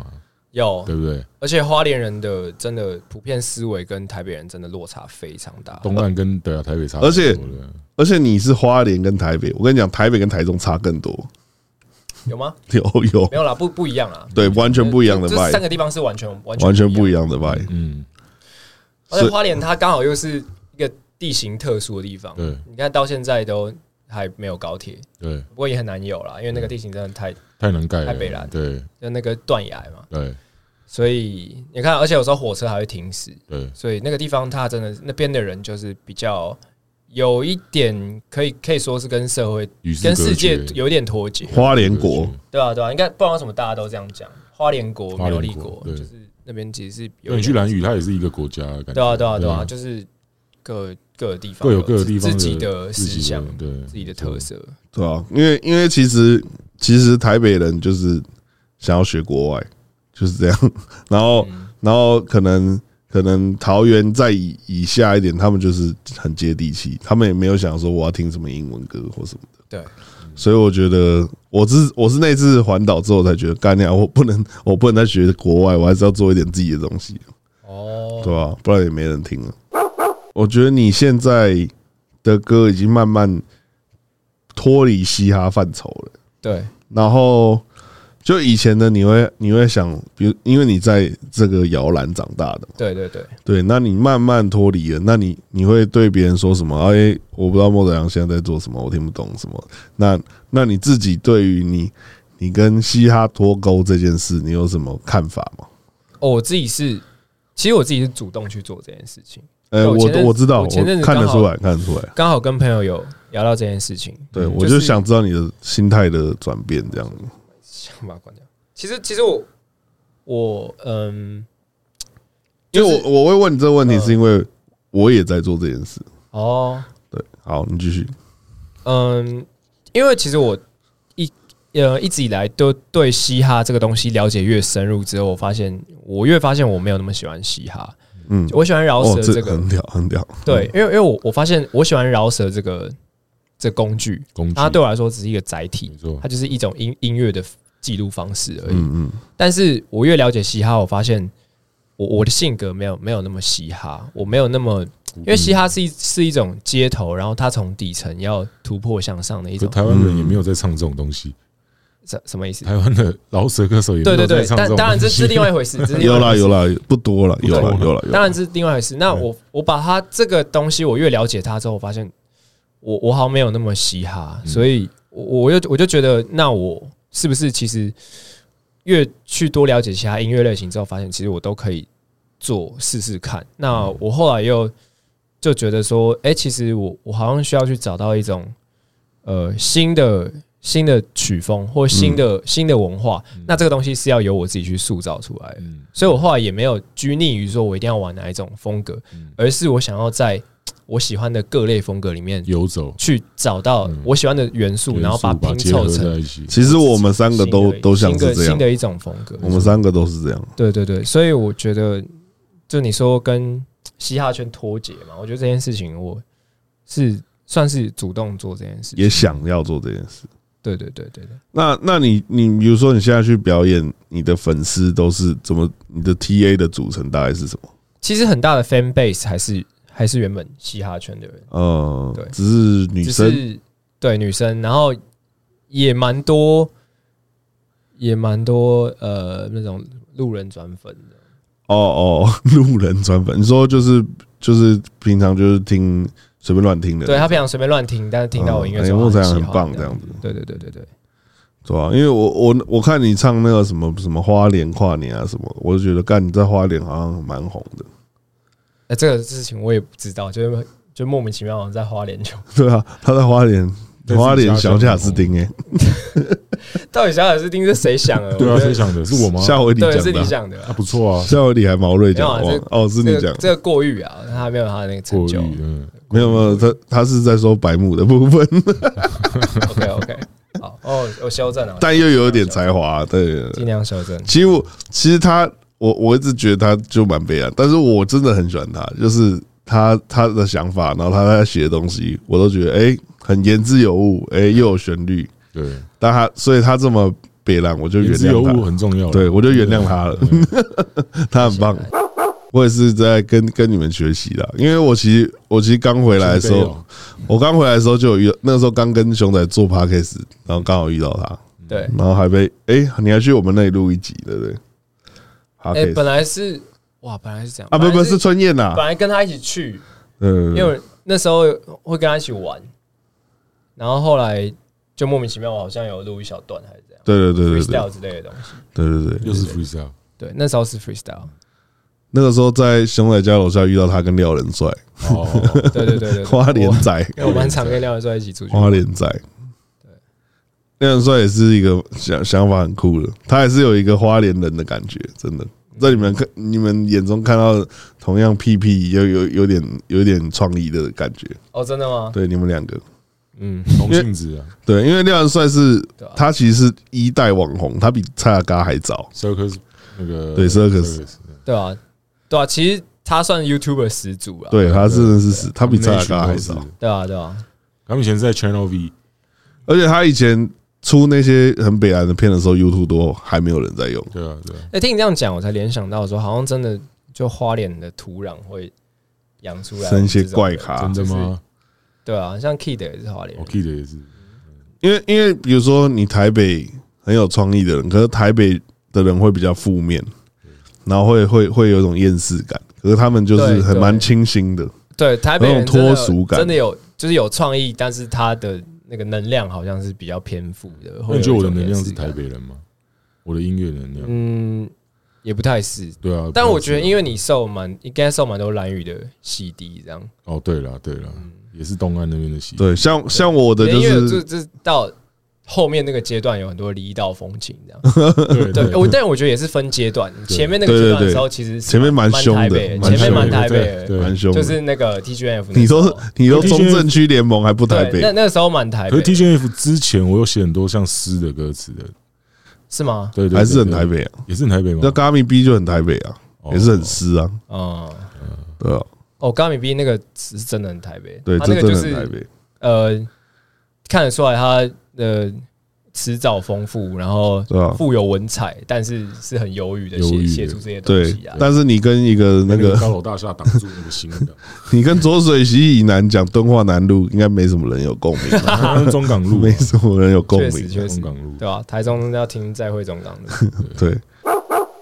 Speaker 4: 有，
Speaker 3: 对不对？
Speaker 4: 而且花莲人的真的普遍思维跟台北人真的落差非常大，
Speaker 3: 东岸跟对啊台北差，
Speaker 2: 而且
Speaker 3: 多的
Speaker 2: 而且你是花莲跟台北，我跟你讲，台北跟台中差更多，
Speaker 4: 有吗？
Speaker 2: (laughs) 有有
Speaker 4: 没，有啦，不不一样啦，
Speaker 2: 对，完全不一样的
Speaker 4: 这这三
Speaker 2: vibe，
Speaker 4: 个地方是完全完全
Speaker 2: 完全不
Speaker 4: 一
Speaker 2: 一
Speaker 4: 样。
Speaker 2: 样的 vibe。
Speaker 3: 嗯，
Speaker 4: 而且
Speaker 2: 所以
Speaker 4: 花莲它刚好又是一个地形特殊的地方，
Speaker 3: 对
Speaker 4: 你看到现在都还没有高铁，
Speaker 3: 对，
Speaker 4: 不过也很难有啦，因为那个地形真的太
Speaker 3: 太难盖了，
Speaker 4: 太北蓝
Speaker 3: 对
Speaker 4: 就那个断崖嘛，
Speaker 3: 对
Speaker 4: 所以你看，而且有时候火车还会停驶，
Speaker 3: 对，
Speaker 4: 所以那个地方它真的那边的人就是比较有一点可以可以说是跟社会
Speaker 3: 与世
Speaker 4: 跟
Speaker 3: 隔
Speaker 4: 世界
Speaker 3: 绝
Speaker 4: 有一点脱节，
Speaker 2: 花莲国
Speaker 4: 对啊对啊，应该不然为什么大家都这样讲？花莲国、
Speaker 3: 花莲
Speaker 4: 苗
Speaker 3: 国
Speaker 4: 栗国
Speaker 3: 对
Speaker 4: 就是那边其实是有
Speaker 3: 对，你去
Speaker 4: 点
Speaker 3: 蓝屿，它也是一个国家的感觉，
Speaker 4: 对啊，对啊，对
Speaker 3: 对
Speaker 4: 啊，就是各各地方
Speaker 3: 各有各的地方
Speaker 4: 自己
Speaker 3: 的
Speaker 4: 的
Speaker 3: 自己
Speaker 4: 思
Speaker 3: 的
Speaker 4: 想、
Speaker 3: 对
Speaker 4: 自己的特色。
Speaker 2: 对啊，因为因为其实其实台北人就是想要学国外，就是这样。 (laughs) 然后然后可能可能桃园再以以下一点，他们就是很接地气，他们也没有想说我要听什么英文歌或什么的。
Speaker 4: 对，
Speaker 2: 所以我觉得我是我是那次环岛之后才觉得，干啊 (laughs) 娘我不能我不能再学国外，我还是要做一点自己的东西，
Speaker 4: 哦，
Speaker 2: 对吧、不然也没人听了。我觉得你现在的歌已经慢慢脱离嘻哈范畴了。
Speaker 4: 对，
Speaker 2: 然后就以前的你会你会想，比如因为你在这个摇篮长大的嘛，
Speaker 4: 对对对，
Speaker 2: 对，那你慢慢脱离了，那你你会对别人说什么？哎、我不知道莫德阳现在在做什么，我听不懂什么。那那你自己对于你你跟嘻哈脱钩这件事，你有什么看法吗？
Speaker 4: 哦，我自己是，其实我自己是主动去做这件事情，
Speaker 2: 哎、
Speaker 4: 对我
Speaker 2: 我
Speaker 4: 前阵子
Speaker 2: 我知道，
Speaker 4: 我前阵子
Speaker 2: 看得
Speaker 4: 刚好
Speaker 2: 出来，看得出来。
Speaker 4: 刚好跟朋友有聊到这件事情，
Speaker 2: 对，我
Speaker 4: 嗯就
Speaker 2: 就
Speaker 4: 是
Speaker 2: 想知道你的心态的转变，这样
Speaker 4: 想把它关掉。其实，其实我我嗯，
Speaker 2: 因为
Speaker 4: 就是嗯
Speaker 2: 我我会问你这个问题，是因为我也在做这件事。
Speaker 4: 哦，
Speaker 2: 对，好，你继续。
Speaker 4: 嗯，因为其实我一呃一直以来都对嘻哈这个东西了解越深入之后，我发现我越发现我没有那么喜欢嘻哈，
Speaker 2: 嗯，
Speaker 4: 我喜欢饶
Speaker 2: 哦，
Speaker 4: 舌这个，
Speaker 2: 很屌，很屌。
Speaker 4: 对，因为因为我我发现我喜欢饶舌这个这工具，
Speaker 3: 工具，
Speaker 4: 啊它对我来说只是一个载体
Speaker 3: 没，错
Speaker 4: 它，就是一种音音乐的记录方式而已。
Speaker 2: 嗯嗯，
Speaker 4: 但是我越了解嘻哈，我发现我我的性格没有没有那么嘻哈，我没有那么，因为嘻
Speaker 3: 嗯
Speaker 4: 哈是一是一种街头，然后它从底层要突破向上的一
Speaker 3: 可
Speaker 4: 种，
Speaker 3: 台湾人也
Speaker 2: 嗯
Speaker 3: 没有在唱这种东西，
Speaker 4: 什什么意思？
Speaker 3: 台湾的 (laughs) 饶舌歌手也没
Speaker 4: 对
Speaker 3: 有
Speaker 4: 对
Speaker 3: 在
Speaker 4: 对，
Speaker 3: 唱这
Speaker 4: 但
Speaker 3: 种
Speaker 4: 当然这
Speaker 3: 东西。
Speaker 4: 是另外一回事，这是另
Speaker 2: 有
Speaker 4: 外一回
Speaker 2: 啦
Speaker 4: 事
Speaker 2: 有，啦，不多了，有
Speaker 3: 不
Speaker 2: 啦
Speaker 3: 多了
Speaker 2: 有啦有
Speaker 4: 当
Speaker 2: 啦。
Speaker 4: 然这是另外一回事。那我我把它这个东西，我越了解它之后，我发现我我好像没有那么嘻哈，所以我我又我就觉得，那我是不是其实越去多了解其他音乐类型之后，发现其实我都可以做试试看。那我后来又就觉得说，哎、其实我我好像需要去找到一种呃新的。新的曲风或新的、新的文化，那这个东西是要由我自己去塑造出来的。
Speaker 3: (laughs) 嗯
Speaker 4: 所以我后来也没有拘泥于说我一定要玩哪一种风格，
Speaker 3: 嗯
Speaker 4: 而是我想要在我喜欢的各类风格里面
Speaker 3: 游
Speaker 4: (laughs)
Speaker 3: 走
Speaker 4: 去找到
Speaker 3: 嗯
Speaker 4: 我喜欢的元素，然后把它拼
Speaker 3: 结合
Speaker 4: 凑成
Speaker 3: 在一起。
Speaker 2: 其实我们三个
Speaker 4: 新的
Speaker 2: 都都像
Speaker 4: 新
Speaker 2: 是
Speaker 4: 的
Speaker 2: 这
Speaker 4: 新
Speaker 2: 样，
Speaker 4: 的一种风格。
Speaker 2: 我们三个都是这样。
Speaker 4: 对对对，所以我觉得就你说跟嘻哈圈脱节嘛，我觉得这件事情我是算是主动做这件事。
Speaker 2: 也想要做这件事。
Speaker 4: 对对对对对，
Speaker 2: 那那你你比如说你现在去表演，你的粉丝都是怎么？你的 TA 的组成大概是什么？
Speaker 4: 其实很大的 fan base 还是还是原本嘻哈圈的人。对
Speaker 2: 呃，只是女
Speaker 4: 只
Speaker 2: 生
Speaker 4: 是对女生，然后也蛮多，也蛮多呃那种路人转粉的，
Speaker 2: 哦哦， (laughs) 路人专粉。你说就是就是平常就是听随便乱听的，
Speaker 4: 对他平常随便乱听，但是听到我音乐
Speaker 2: 嗯
Speaker 4: 之
Speaker 2: 哎
Speaker 4: 后
Speaker 2: 莫
Speaker 4: 很
Speaker 2: 彩
Speaker 4: 喜
Speaker 2: 很
Speaker 4: 欢
Speaker 2: 棒
Speaker 4: 这
Speaker 2: 这样子，
Speaker 4: 对对对对对，
Speaker 2: 对吧、因为我我我看你唱那个什么什么花莲跨年啊什么，我就觉得干你在花莲好像蛮红的， (laughs)
Speaker 4: 那哎这个事情我也不知道，就是就莫名其妙好像在花莲就，
Speaker 2: 对啊，他在花莲
Speaker 3: 在自己
Speaker 2: 花莲
Speaker 3: 家乡
Speaker 2: 小贾斯汀哎，
Speaker 4: 到底想想是听是
Speaker 2: (laughs)
Speaker 4: 谁想的？
Speaker 3: 对
Speaker 4: 我
Speaker 3: 啊，
Speaker 4: 觉得
Speaker 3: 谁想的？是我吗？
Speaker 2: 夏维里
Speaker 4: 对，
Speaker 2: 讲
Speaker 4: 是你
Speaker 2: 的啊，
Speaker 4: 想的
Speaker 3: 啊，
Speaker 4: 啊，
Speaker 3: 不错
Speaker 4: (laughs)
Speaker 3: 啊，
Speaker 2: 夏维里还毛瑞讲
Speaker 4: 没有啊
Speaker 2: 的哦，是你
Speaker 4: 这
Speaker 2: 讲
Speaker 4: 个
Speaker 2: 的。
Speaker 4: 这个过誉啊，他还没有他那个成
Speaker 3: 过
Speaker 4: 就。
Speaker 3: 于嗯，
Speaker 2: 没有没有，他他是在说白目的部分， (laughs)
Speaker 4: OK OK，好哦，我修正了，
Speaker 2: 但又有点才华。啊对，对
Speaker 4: 尽
Speaker 2: 对
Speaker 4: 量修正。
Speaker 2: 其实我其实他，我我一直觉得他就蛮悲哀，但是我真的很喜欢他，就是他他的想法，然后他在写的东西，我都觉得哎、很言之有物，哎、又有旋律。
Speaker 3: 对，
Speaker 2: 但他所以他这么悲哀，我就原
Speaker 3: 言之有物
Speaker 2: 谅
Speaker 3: 很重要啦。嗯
Speaker 2: 他，对我就原谅他了，他很棒。我也是在跟跟你们学习的，因为我其实我其实刚 (laughs) 回来的
Speaker 3: (laughs)
Speaker 2: 时候，我刚回来的时候就有遇到，那时候刚跟熊仔做 podcast，然后刚好遇到他，
Speaker 4: 对，
Speaker 2: 然后还被哎、你还去我们那里录一集，对不对
Speaker 4: 哎，
Speaker 2: ？podcast、
Speaker 4: 本来是哇，本来是这样
Speaker 2: 啊，不
Speaker 4: 本来
Speaker 2: 不是春燕呐
Speaker 4: 本，来跟他一起去，
Speaker 2: 嗯，
Speaker 4: 因为那时候会跟他一起玩，然后后来就莫名其妙，我好像有录一小段还是这样
Speaker 2: 对对对对对
Speaker 4: ，freestyle 之类的东西。
Speaker 2: 对对对，
Speaker 3: 又是 freestyle，哦
Speaker 4: 对，那时候
Speaker 2: (laughs)
Speaker 4: 是 freestyle。
Speaker 2: 那个时候在熊仔家楼下遇到他跟廖仁帅、 (laughs)
Speaker 3: 哦，
Speaker 4: 对对对对，对
Speaker 2: 花莲
Speaker 4: 我
Speaker 2: 仔、
Speaker 4: 因为我蛮常跟廖文帅一起出去。
Speaker 2: 花莲仔，廖仁帅也是一个想想法很酷的，他也是有一个花莲人的感觉，真的。在你们看你们眼中看到同样屁屁，有有有点有点创意的感觉，
Speaker 4: 哦，真的吗？
Speaker 2: 对你们两个。
Speaker 3: 嗯，同性质啊
Speaker 2: 对，因为廖元帅是
Speaker 4: 对啊
Speaker 2: 他其实是一代网红，他比蔡雅嘎还早。
Speaker 3: ，circus 那个
Speaker 2: 对，circus
Speaker 4: 对啊，对啊，其实他算 YouTuber 始祖了。
Speaker 2: 对他真的是
Speaker 4: 啊
Speaker 2: 是，他
Speaker 3: 他
Speaker 2: 比
Speaker 3: 们
Speaker 2: 蔡
Speaker 3: 那
Speaker 2: 雅
Speaker 3: 一群
Speaker 2: 嘎还
Speaker 3: 都是，
Speaker 2: 早。
Speaker 4: 对啊，对啊，
Speaker 3: 他们以前是在 Channel V，
Speaker 2: 而且他以前出那些很北蓝的片的时候，YouTube 都还没有人在用。
Speaker 3: 对啊，对啊，
Speaker 4: 哎，听你这样讲，我才联想到说，好像真的就花莲的土壤会养出来
Speaker 2: 生一些
Speaker 4: 啊这种
Speaker 2: 怪
Speaker 4: 人
Speaker 2: 咖
Speaker 3: 真的？
Speaker 4: 就是
Speaker 3: 吗？
Speaker 4: 对啊，像 Kid 也是花莲
Speaker 3: 我
Speaker 4: 人，
Speaker 3: 记得也是，
Speaker 2: 因为因为比如说你台北很有创意的人，可是台北的人会比较负面，
Speaker 4: 嗯
Speaker 2: 然后会会会有一种厌世感。可是他们就是
Speaker 4: 对
Speaker 2: 很
Speaker 4: 对
Speaker 2: 蛮清新的，
Speaker 4: 对，台北人
Speaker 2: 有种
Speaker 4: 真的
Speaker 2: 脱俗感
Speaker 4: 真的有，就是有创意，但是他的那个能量好像是比较偏负的。
Speaker 3: 那
Speaker 4: 会有
Speaker 3: 你觉得
Speaker 4: 一
Speaker 3: 我的
Speaker 4: 种
Speaker 3: 能
Speaker 4: 厌
Speaker 3: 量
Speaker 4: 世
Speaker 3: 是台
Speaker 4: 感？
Speaker 3: 北人吗？我的音乐能量，
Speaker 4: 嗯，也不太是。
Speaker 3: 对啊，
Speaker 4: 但我觉得，因
Speaker 3: 为
Speaker 4: 为你受蛮，应该受蛮多蓝雨的洗涤，这样。
Speaker 3: 哦，对了，对了，
Speaker 4: 嗯
Speaker 3: 也是东岸那边的戏，
Speaker 2: 对，像像我的就
Speaker 4: 因为这
Speaker 2: 是
Speaker 4: 这到后面那个阶段有很多离岛风情这样。
Speaker 3: 对
Speaker 4: 对，我但我觉得也是分阶段，
Speaker 3: 对
Speaker 4: 前面那个阶
Speaker 2: 对对
Speaker 4: 段的
Speaker 2: 对
Speaker 4: 时候，其实是
Speaker 2: 前面蛮
Speaker 4: 蛮
Speaker 2: 凶
Speaker 4: 台
Speaker 2: 的
Speaker 4: 北
Speaker 2: 蛮
Speaker 4: 前面
Speaker 2: 凶
Speaker 4: 蛮
Speaker 2: 的
Speaker 4: 台北的，
Speaker 3: 对
Speaker 2: 蛮凶的，
Speaker 4: 就是那个 TGF，
Speaker 2: 你都你都中正区联盟还不台北
Speaker 4: 对，那，那个时候蛮台
Speaker 3: 可
Speaker 4: 北
Speaker 3: 是
Speaker 4: 的，
Speaker 3: TGF 之前我有写很多像诗的歌词的，
Speaker 4: 是吗？
Speaker 3: 对对对
Speaker 2: 还是很
Speaker 3: 对
Speaker 2: 台北啊？
Speaker 3: 也是很台北吗
Speaker 2: 那？咖米 B 就很台北啊，
Speaker 3: 哦
Speaker 2: 也是很湿啊，
Speaker 4: 嗯。
Speaker 2: 对啊，
Speaker 4: 哦，高米 B 那个是真的很台北，
Speaker 2: 对，
Speaker 4: 他
Speaker 2: 这
Speaker 4: 那个
Speaker 2: 真
Speaker 4: 就
Speaker 2: 的很台
Speaker 4: 是
Speaker 2: 北。
Speaker 4: 呃，看得出来他的词藻丰富，然后
Speaker 2: 对啊
Speaker 4: 富有文采，但是是很忧郁的
Speaker 3: 忧郁的
Speaker 4: 写写出这些东
Speaker 2: 对
Speaker 4: 西啊，。
Speaker 2: 但是你跟一个那
Speaker 3: 那个
Speaker 2: 个，
Speaker 3: 高楼大厦挡住那个新港，
Speaker 2: (laughs) 你跟浊水溪以南讲敦化南路，应该没什么人有共鸣
Speaker 4: (laughs)
Speaker 2: 吧，
Speaker 3: (laughs) 那是中港路
Speaker 2: 没什么人有共
Speaker 4: 确实
Speaker 2: 鸣。
Speaker 4: 确实
Speaker 3: 中，港路
Speaker 4: 对吧、啊台中要听再会中
Speaker 2: (laughs)
Speaker 4: 港的，
Speaker 2: 对，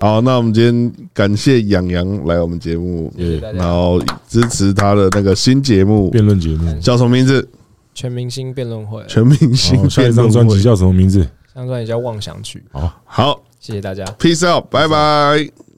Speaker 2: 好，那我们今天感谢养羊来我们节目，
Speaker 4: 谢谢大
Speaker 2: 然
Speaker 4: 家。
Speaker 2: 后支持他的那个新节目，
Speaker 3: 辩论节
Speaker 4: (laughs)
Speaker 3: 目。
Speaker 2: 叫什么名字？
Speaker 4: 全明星辩论会，
Speaker 2: 全明星
Speaker 3: 好，哦下一
Speaker 2: 辩
Speaker 3: 张
Speaker 2: 论
Speaker 3: 专辑
Speaker 2: 会。
Speaker 3: 叫什么名字？
Speaker 4: 相专也叫妄想曲，
Speaker 3: 好。
Speaker 2: 好
Speaker 4: 谢谢大家。
Speaker 2: ，peace out，拜拜。